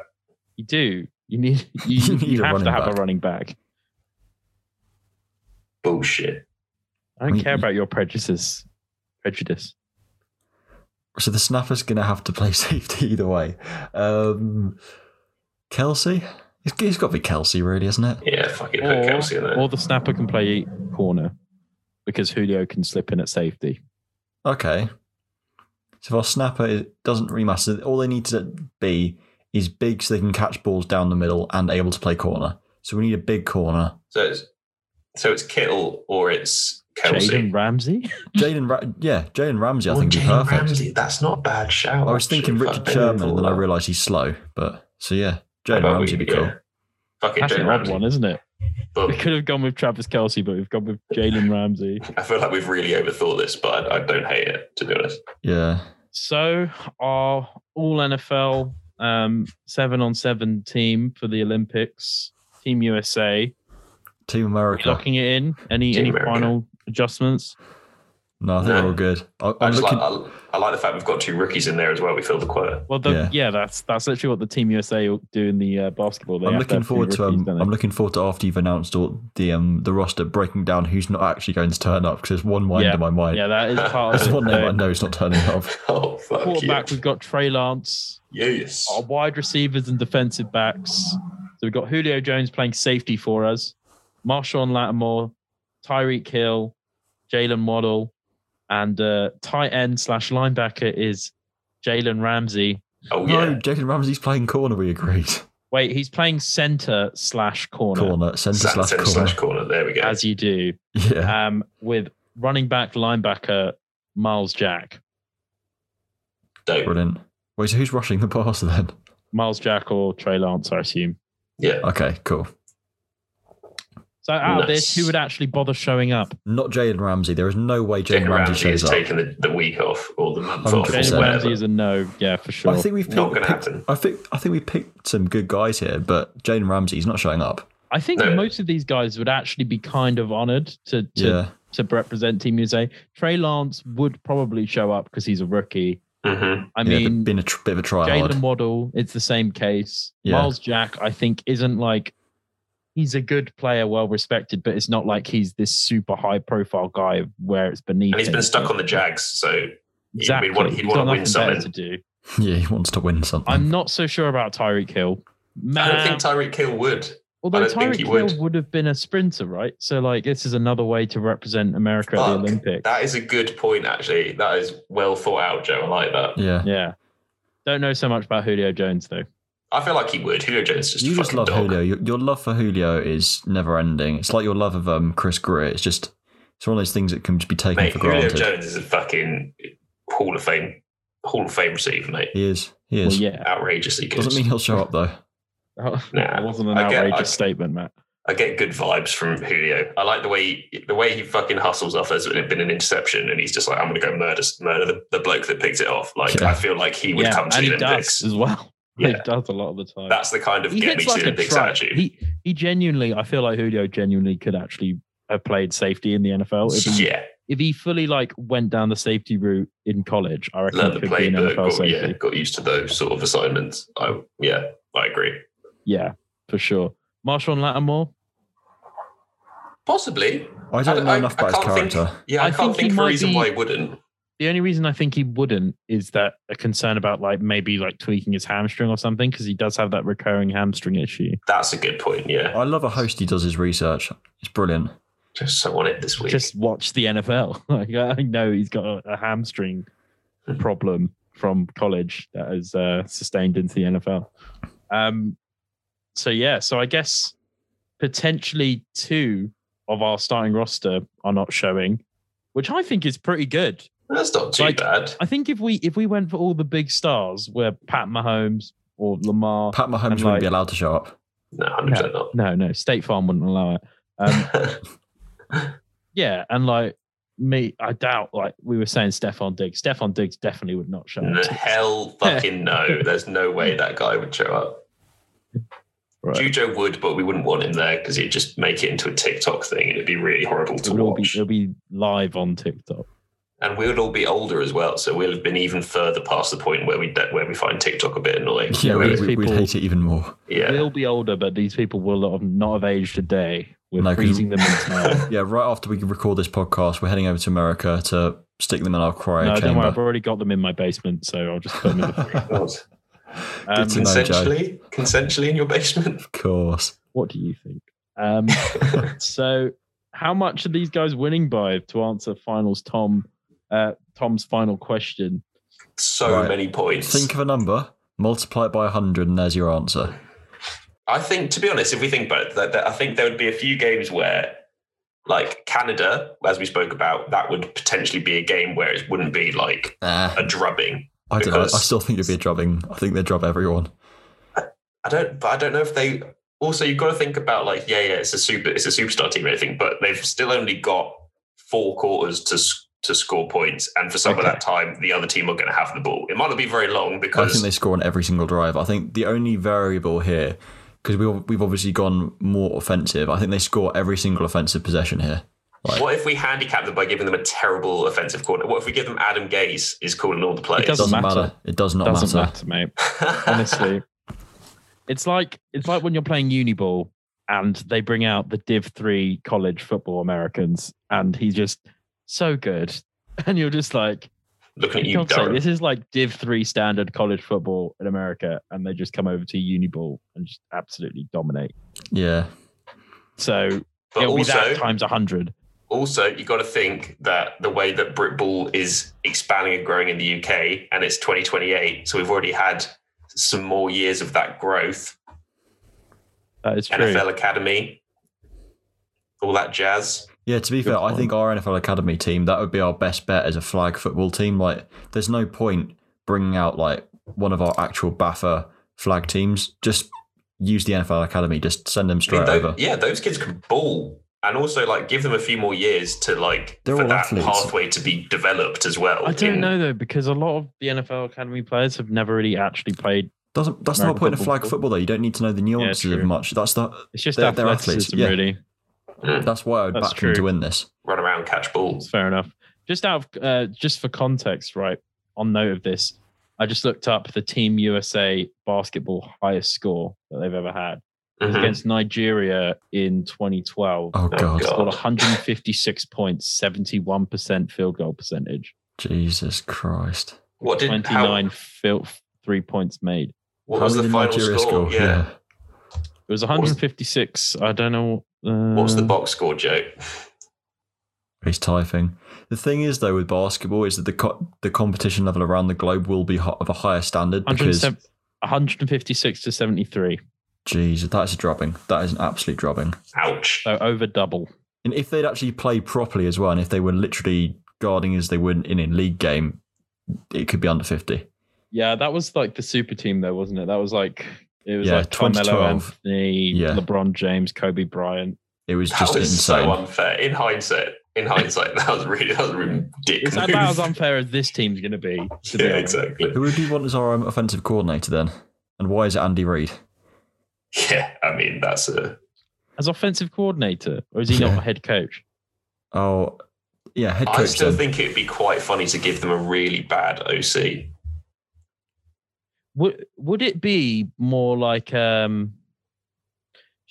S4: You do. You need. You,
S1: You
S4: you,
S1: need a
S4: have to
S1: running
S4: have
S1: back.
S4: a running back.
S2: Bullshit.
S4: I don't
S1: We-
S4: care about your prejudices. Prejudice.
S1: So the snapper's going to have to play safety either way. Um, Kelsey? It's, it's got to be Kelsey, really, isn't it?
S2: Yeah, fucking put
S4: Or,
S2: Kelsey in there.
S4: or the snapper can play corner because Julio can slip in at safety.
S1: Okay. So if our snapper is, doesn't really matter, all they need to be is big so they can catch balls down the middle and able to play corner. So we need a big corner.
S2: So it's so it's Kittle or it's Kelsey.
S4: Jaden Ramsey.
S1: Jaden, Ra- yeah, Jaden Ramsey, I
S2: Oh,
S1: think is
S2: Jalen
S1: perfect.
S2: Ramsey, that's not a bad shout.
S1: I was thinking
S2: actually.
S1: Richard
S2: Fuck,
S1: Sherman, and then I
S2: thought
S1: realised he's slow. But so yeah,
S2: that.
S1: Jaden
S2: But
S1: Ramsey
S2: we-
S1: would be cool.
S2: yeah. Fuck it,
S4: That's
S2: Jalen
S4: an odd
S2: Ramsey.
S4: one, isn't it? We
S2: But
S4: could have gone with Travis Kelsey, but we've gone with Jalen Ramsey.
S2: I feel like we've really overthought this, but I, I don't hate it, to be honest.
S1: Yeah,
S4: So our all NFL um, seven on seven team for the Olympics, Team USA,
S1: Team
S4: Are we
S1: America.
S4: locking it in. Any
S2: Team
S4: any
S2: America.
S4: final adjustments?
S1: No, I think
S2: No.
S1: we're all good. I,
S2: I
S1: I'm
S2: just like,
S1: looking.
S2: I, I like the fact we've got two rookies in there as well. We fill the quota.
S4: Well, the,
S1: Yeah.
S4: yeah. that's that's literally what the Team USA do in the uh, basketball. They
S1: I'm
S4: have
S1: looking
S4: have two
S1: forward to.
S4: rookies,
S1: Um,
S4: don't they?
S1: I'm looking forward to after you've announced all the um the roster breaking down who's not actually going to turn up because there's one mind
S4: Yeah.
S1: in my mind.
S4: yeah, that is part of
S1: There's
S4: it.
S1: one name I
S4: So,
S1: know is not turning up.
S2: oh, fuck
S4: quarterback, Oh,
S2: yeah.
S4: we've got Trey Lance.
S2: Yes.
S4: Our wide receivers and defensive backs. So we've got Julio Jones playing safety for us, Marshawn Lattimore, Tyreek Hill, Jalen Waddle, and uh, tight end slash linebacker is Jalen Ramsey.
S2: Oh,
S1: No,
S2: yeah.
S1: Jaden Ramsey's playing corner. We agreed.
S4: Wait, he's playing center slash corner,
S1: Corner, centre
S2: Sa-
S1: slash
S2: Center
S1: corner.
S2: slash corner. There we go.
S4: as you do,
S1: Yeah,
S4: um, with running back linebacker Miles Jack.
S2: Dope.
S1: brilliant. Wait, so who's rushing the passer then?
S4: Miles Jack or Trey Lance, I assume.
S2: Yeah.
S1: Okay, cool.
S4: So out of
S2: Nice.
S4: this, who would actually bother showing up?
S1: Not Jaden Ramsey. There is no way Jaden
S2: Jacob
S1: Ramsey
S2: Ramsey
S1: shows
S2: is
S1: up.
S2: taking the, the week off or the month off. or
S1: 100%.
S4: Jalen
S1: Jaden
S2: whatever.
S4: Ramsey is a no, yeah, for sure.
S1: I think we've
S2: Not
S1: picked,
S2: gonna
S1: picked-
S2: happen.
S1: I think I think we picked some good guys here, but Jaden Ramsey's not showing up.
S4: I think
S2: No.
S4: most of these guys would actually be kind of honored to to,
S1: yeah,
S4: to represent Team USA. Trey Lance would probably show up because he's a rookie.
S2: Mhm.
S4: I
S1: yeah, but
S4: mean,
S1: been a tr- bit of a tryhard.
S4: Jalen Waddle, it's the same case.
S1: Yeah.
S4: Miles Jack, I think, isn't like he's a good player, well respected, but it's not like he's this super high profile guy where it's beneath.
S2: And he's
S4: him.
S2: been stuck on the Jags, so
S4: Exactly.
S2: He'd want- he'd
S4: He's
S2: wanna
S4: got
S2: win
S4: nothing better
S2: something.
S4: to do.
S1: yeah, he wants to win something.
S4: I'm not so sure about Tyreek Hill.
S2: I don't
S4: Man,
S2: think Tyreek Hill would.
S4: Although
S2: I don't think
S4: Tyreek
S2: he
S4: Hill
S2: would.
S4: would. have been a sprinter, right? So like this is another way to represent America at
S2: Fuck,
S4: the Olympics.
S2: That is a good point, actually. That is well thought out, Joe. I like that.
S1: yeah,
S4: yeah. Don't know so much about Julio Jones though.
S2: I feel like he would. Julio Jones is just
S1: you
S2: a
S1: just
S2: fucking
S1: love
S2: dog.
S1: Julio. Your, your love for Julio is never ending. It's like your love of um Chris Greer. It's just it's one of those things that can just be taken
S2: Mate,
S1: for
S2: Julio
S1: granted.
S2: Jones is a fucking Hall of Fame, Hall of Fame receiver, mate.
S1: He is. He
S4: Well,
S1: is.
S4: yeah.
S2: Outrageously good.
S1: Doesn't mean he'll show up though.
S4: that wasn't an
S2: I get-
S4: outrageous
S2: I-
S4: statement, Matt.
S2: I get good vibes from Julio. I like the way he, the way he fucking hustles off. There's been an interception, and he's just like, "I'm gonna go murder murder the, the bloke that picked it off." Like,
S1: Yeah.
S2: I feel like he would
S4: yeah,
S2: come to
S4: and
S2: the
S4: he
S2: Olympics.
S4: does as well. He
S2: Yeah.
S4: does a lot of the time.
S2: That's the kind of
S4: he
S2: get me
S4: gets
S2: to
S4: like
S2: the
S4: a
S2: Olympics
S4: truck.
S2: attitude.
S4: He he genuinely, I feel like Julio genuinely could actually have played safety in the
S1: oh,
S4: NFL if he,
S2: yeah,
S4: if he fully like went down the safety route in college. I reckon
S2: learn
S4: he
S2: the
S4: could be an
S2: playbook.
S4: NFL
S2: Got,
S4: safety.
S2: yeah, got used to those sort of assignments. I yeah, I agree.
S4: Yeah, for sure. Marshawn Lattimore.
S2: Possibly.
S1: I don't know enough about his
S2: can't think-
S1: character.
S2: yeah, I,
S4: I
S2: can't
S4: think he
S2: think of a
S4: might
S2: reason
S4: be-
S2: why he wouldn't.
S4: The only reason I think he wouldn't is that a concern about like maybe like tweaking his hamstring or something because he does have that recurring hamstring issue.
S2: That's a good point. Yeah,
S1: I love a host who does his research. It's brilliant.
S2: just so on it this week.
S4: Just watch the NFL. Like I know he's got a, a hamstring problem from college that is uh, sustained into the NFL. Um, so yeah, so I guess potentially two of our starting roster are not showing, which I think is pretty good.
S2: That's not too
S4: like-
S2: bad.
S4: I think if we if we went for all the big stars, where Pat Mahomes or Lamar,
S1: Pat Mahomes
S4: And,
S1: wouldn't
S4: like-
S1: be allowed to show up.
S2: No, hundred percent not.
S4: no, no, State Farm wouldn't allow it. Um, yeah, and like me, I doubt like we were saying Stefan Diggs. Stefan Diggs definitely would not show
S2: No,
S4: up.
S2: hell fucking no. There's no way that guy would show up.
S4: Right.
S2: Jujo would, but we wouldn't want him there because he'd just make it into a TikTok thing and it'd be really horrible
S4: It
S2: to
S4: would all be
S2: watch.
S4: it'll be live on TikTok.
S2: and we would all be older as well, so we'll have been even further past the point where we where we find TikTok a bit annoying.
S1: Yeah, we,
S4: these
S1: we, we'd
S4: people-
S1: hate it even more.
S2: yeah.
S4: They'll be older, but these people will not have, not have aged a day. We're
S1: No, 'cause-
S4: freezing them in time.
S1: Yeah, right after we record this podcast, we're heading over to America to stick them in our cryo
S4: no, don't
S1: chamber.
S4: worry. I've already got them in my basement, so I'll just put them in. The,
S2: God.
S4: um,
S1: Good to know.
S2: Consensually, consensually in your basement.
S1: of course.
S4: what do you think? Um, so, how much are these guys winning by? To answer finals, Tom, uh, Tom's final question.
S2: so
S1: Right.
S2: many points.
S1: Think of a number, multiply it by 100, and there's your answer.
S2: I think, to be honest, if we think about it, that, that I think there would be a few games where Like Canada, as we spoke about, that would potentially be a game where it wouldn't be like
S1: Nah.
S2: a drubbing.
S1: I don't know. I
S2: because-
S1: still think it'd be a drubbing. I think they'd drub everyone.
S2: I don't, but I don't know if they. Also, you've got to think about like, yeah, yeah, it's a super, it's a superstar team, and everything, but they've still only got four quarters to s- to score points, and for some of
S4: Okay.
S2: that time, the other team are going to have the ball. It might not be very long
S1: I think
S2: because
S1: they score on every single drive. I think the only variable here, because we, we've obviously gone more offensive, I think they score every single offensive possession here. Like,
S2: what if we handicap them by giving them a terrible offensive corner? What if we give them Adam Gaze is calling all the plays?
S1: it
S4: doesn't
S1: doesn't matter.
S4: matter.
S1: It does not
S4: Doesn't
S1: matter.
S4: matter, mate. honestly. it's like it's like when you're playing uni ball and they bring out the Div Three college football Americans, and he's just so good, and you're just like,
S2: Looking at you,
S4: God's sake,
S2: Durham.
S4: this is like Div Three standard college football in America, and they just come over to uni ball and just absolutely dominate.
S1: Yeah.
S4: So
S2: But
S4: it'll be
S2: also,
S4: that times hundred.
S2: also you got to think that the way that Britball is expanding and growing in the UK, and it's 2028, so we've already had some more years of that growth.
S4: That is true.
S2: NFL Academy, all that jazz.
S1: Yeah, to be
S4: Good
S1: fair, I
S4: point.
S1: think our NFL Academy team, that would be our best bet as a flag football team. Like, there's no point bringing out, like, one of our actual Baffer flag teams. Just use the NFL Academy. Just send them
S2: I mean,
S1: straight
S2: tho-
S1: over.
S2: yeah, those kids can ball, and also like give them a few more years to like
S1: They're
S2: for
S1: all
S2: that
S1: athletes.
S2: pathway to be developed as well.
S4: I don't
S2: in-
S4: know though, because a lot of the NFL Academy players have never really actually played.
S1: Doesn't That's not
S4: American
S1: the point of
S4: football.
S1: flag football, though. You don't need to know the nuances
S4: true.
S1: of much. That's the,
S4: It's just
S1: They're- they're athletes,
S4: athleticism,
S1: yeah.
S4: really.
S1: That's why I would
S4: That's
S1: back them to
S4: true.
S1: win this.
S2: Run around, catch
S4: It's
S2: balls.
S4: fair enough. Just out of uh, just for context, right? On note of this, I just looked up the Team USA basketball highest score that they've ever had
S2: Mhm.
S4: against Nigeria in 2012.
S1: Oh, God.
S2: God.
S4: Scored 156 points, 71 percent field goal percentage,
S1: Jesus Christ.
S2: What did
S4: 29
S2: how,
S4: field three points made.
S2: What
S1: How
S2: was
S1: did
S2: the final
S1: Nigeria
S2: score?
S1: score?
S2: Yeah.
S4: It was
S2: was-
S4: 156. I don't know. Uh,
S2: What's
S1: Mm.
S2: the box score, Joe?
S1: He's typing. The thing is, though, with basketball, is that the co- the competition level around the globe will be ho- of a higher standard because
S4: 107 156 to 73.
S1: jeez, that is a drubbing. That is an absolute drubbing.
S2: Ouch.
S4: So over double.
S1: And if they'd actually played properly as well, and if they were literally guarding as they would in a league game, it could be under fifty.
S4: Yeah, that was like the super team, though, wasn't it? That was like it was
S1: Yeah,
S4: like Carmelo
S1: 2012.
S4: Anthony,
S1: Yeah.
S4: LeBron James, Kobe Bryant.
S1: It was
S2: That
S1: just
S2: was
S1: insane.
S2: so unfair. In hindsight, in hindsight, that was really that was a really dick
S4: It's
S2: move.
S4: about as unfair as this team's going to be. To be
S2: yeah,
S4: honest.
S2: exactly.
S1: Who would you want as our um, offensive coordinator then? And why is it Andy Reid?
S2: Yeah, I mean that's a
S4: As offensive coordinator, or is he
S1: Yeah.
S4: not a head coach?
S1: Oh, yeah, head
S2: I
S1: coach.
S2: still
S1: then.
S2: think it'd be quite funny to give them a really bad OC.
S4: Would Would it be more like? um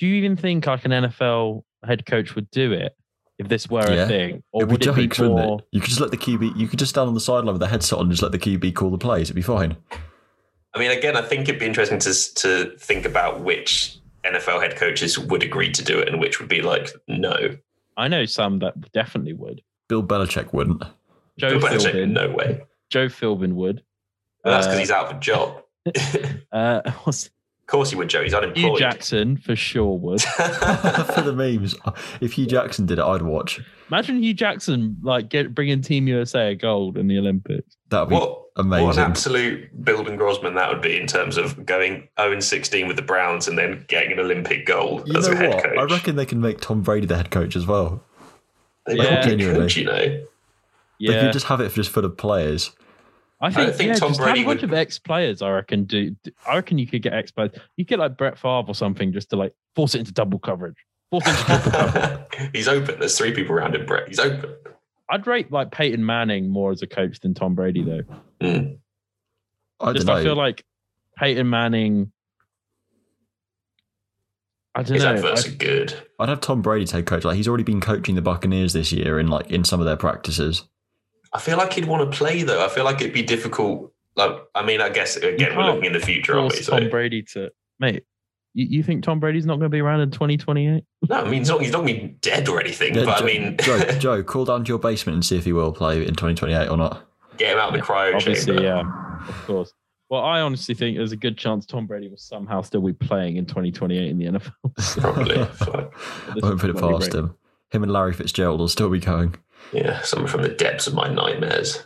S4: Do you even think like an NFL head coach would do it if this were
S1: Yeah.
S4: a thing, or
S1: It'd be
S4: would it
S1: jokes,
S4: be
S1: wouldn't
S4: more?
S1: it? You could just let the QB. You could just stand on the sideline with the headset on and just let the QB call the plays. It'd be fine.
S2: I mean, again, I think it'd be interesting to s- to think about which NFL head coaches would agree to do it and which would be like no.
S4: I know some that definitely would.
S1: Bill Belichick wouldn't.
S4: Joe
S2: But actually,
S4: Philbin,
S2: no way.
S4: Joe Philbin would.
S2: Well, that's because
S4: Uh,
S2: he's out of a job. of
S4: Uh, what's-
S2: course he would, Joe. He's
S4: Hugh
S2: unemployed.
S4: Jackson for sure would.
S1: For the memes, if Hugh Jackson did it, I'd watch.
S4: Imagine Hugh Jackson like get bringing Team USA a gold in the Olympics.
S1: That'd be
S2: what What an
S1: amazing.
S2: absolute Building Grosman that would be in terms of going 0 16 with the Browns and then getting an Olympic gold
S1: You
S2: as
S1: know
S2: a head
S1: what?
S2: coach.
S1: I reckon they can make Tom Brady the head coach as well.
S2: they
S4: Yeah.
S2: probably
S1: Genuinely.
S2: could, you know.
S1: They
S4: Yeah,
S1: could just have it just full of players.
S4: I think,
S2: don't think
S4: yeah,
S2: Tom
S4: just
S2: Brady
S4: have a bunch
S2: would-
S4: of ex players. I reckon do. do- I reckon you could get ex players. You could get like Brett Favre or something just to like force it into double coverage. Force it into triple coverage.
S2: he's open. There's three people around him, Brett. He's open.
S4: I'd rate like Peyton Manning more as a coach than Tom Brady though.
S2: Mm.
S1: I
S4: just
S1: don't know.
S4: I feel like Peyton Manning. I don't
S2: His
S4: know.
S2: adverts
S4: I-
S2: are good.
S1: I'd have Tom Brady as head coach. Like he's already been coaching the Buccaneers this year in like in some of their practices.
S2: I feel like he'd want to play, though. I feel like it'd be difficult. Like, I mean, I guess, again, we're
S4: can't
S2: looking in the future, aren't we?
S4: force
S2: So,
S4: Tom Brady to mate. You, you think Tom Brady's not going to be around in twenty twenty eight?
S2: no, I mean, he's not, he's not going to be dead or anything,
S1: Yeah,
S2: but
S1: Joe,
S2: I mean,
S1: Joe, Joe, call down to your basement and see if he will play in 2028 or not.
S2: get him out of the
S4: Yeah,
S2: cryo
S4: Obviously,
S2: chamber.
S4: yeah, of course. Well, I honestly think there's a good chance Tom Brady will somehow still be playing in 2028 in the NFL.
S2: Probably. Fuck.
S1: I won't put it
S4: Bloody
S1: past
S4: great.
S1: him. him and Larry Fitzgerald will still be going.
S2: Yeah, someone from the depths of my nightmares.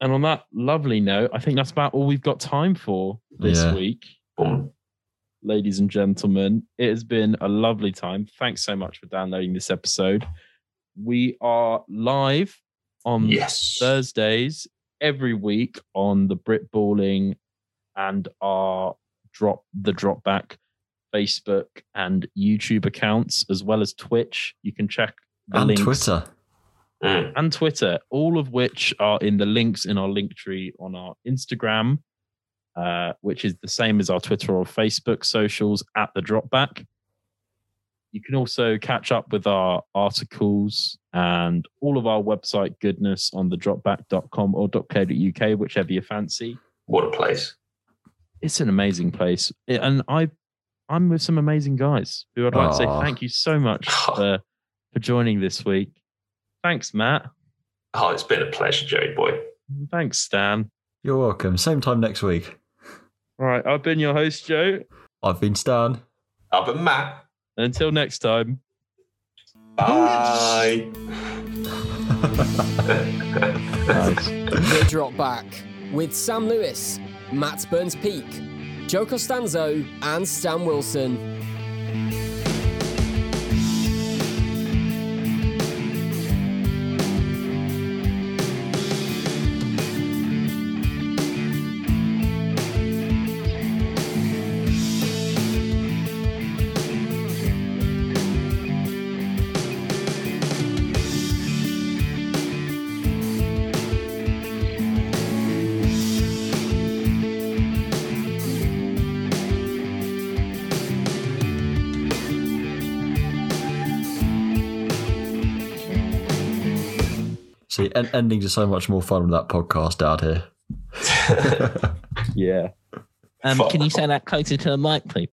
S4: And on that lovely note, I think that's about all we've got time for this
S1: Yeah.
S4: week,
S2: Boom.
S4: ladies and gentlemen. It has been a lovely time. Thanks so much for downloading this episode. We are live on
S2: Yes.
S4: Thursdays every week on the Brit Balling and our drop the drop back Facebook and YouTube accounts as well as Twitch. You can check the
S1: And
S4: links
S1: Twitter.
S2: Mm.
S4: and Twitter, all of which are in the links in our link tree on our Instagram, uh, which is the same as our Twitter or Facebook socials at the dropback. You can also catch up with our articles and all of our website goodness on the dropback.com or .co.uk, whichever you fancy.
S2: What a place.
S4: It's an amazing place. It- And I I'm with some amazing guys who I'd like to say
S1: Aw.
S4: thank you so much for, for joining this week. Thanks, Matt.
S2: Oh, it's been a pleasure, Joey boy.
S4: Thanks, Stan.
S1: You're welcome. Same time next week.
S4: Right, I've been your host, Joe.
S1: I've been Stan.
S2: Up at Matt.
S4: And until next time.
S2: Bye.
S3: The Drop Back with Sam Lewis, Matt Burns Peak, Joe Costanzo, and Stan Wilson.
S1: See, en- endings are so much more fun with that podcast out here.
S4: Yeah.
S2: Um, can you
S4: Um, say that closer to the mic, please?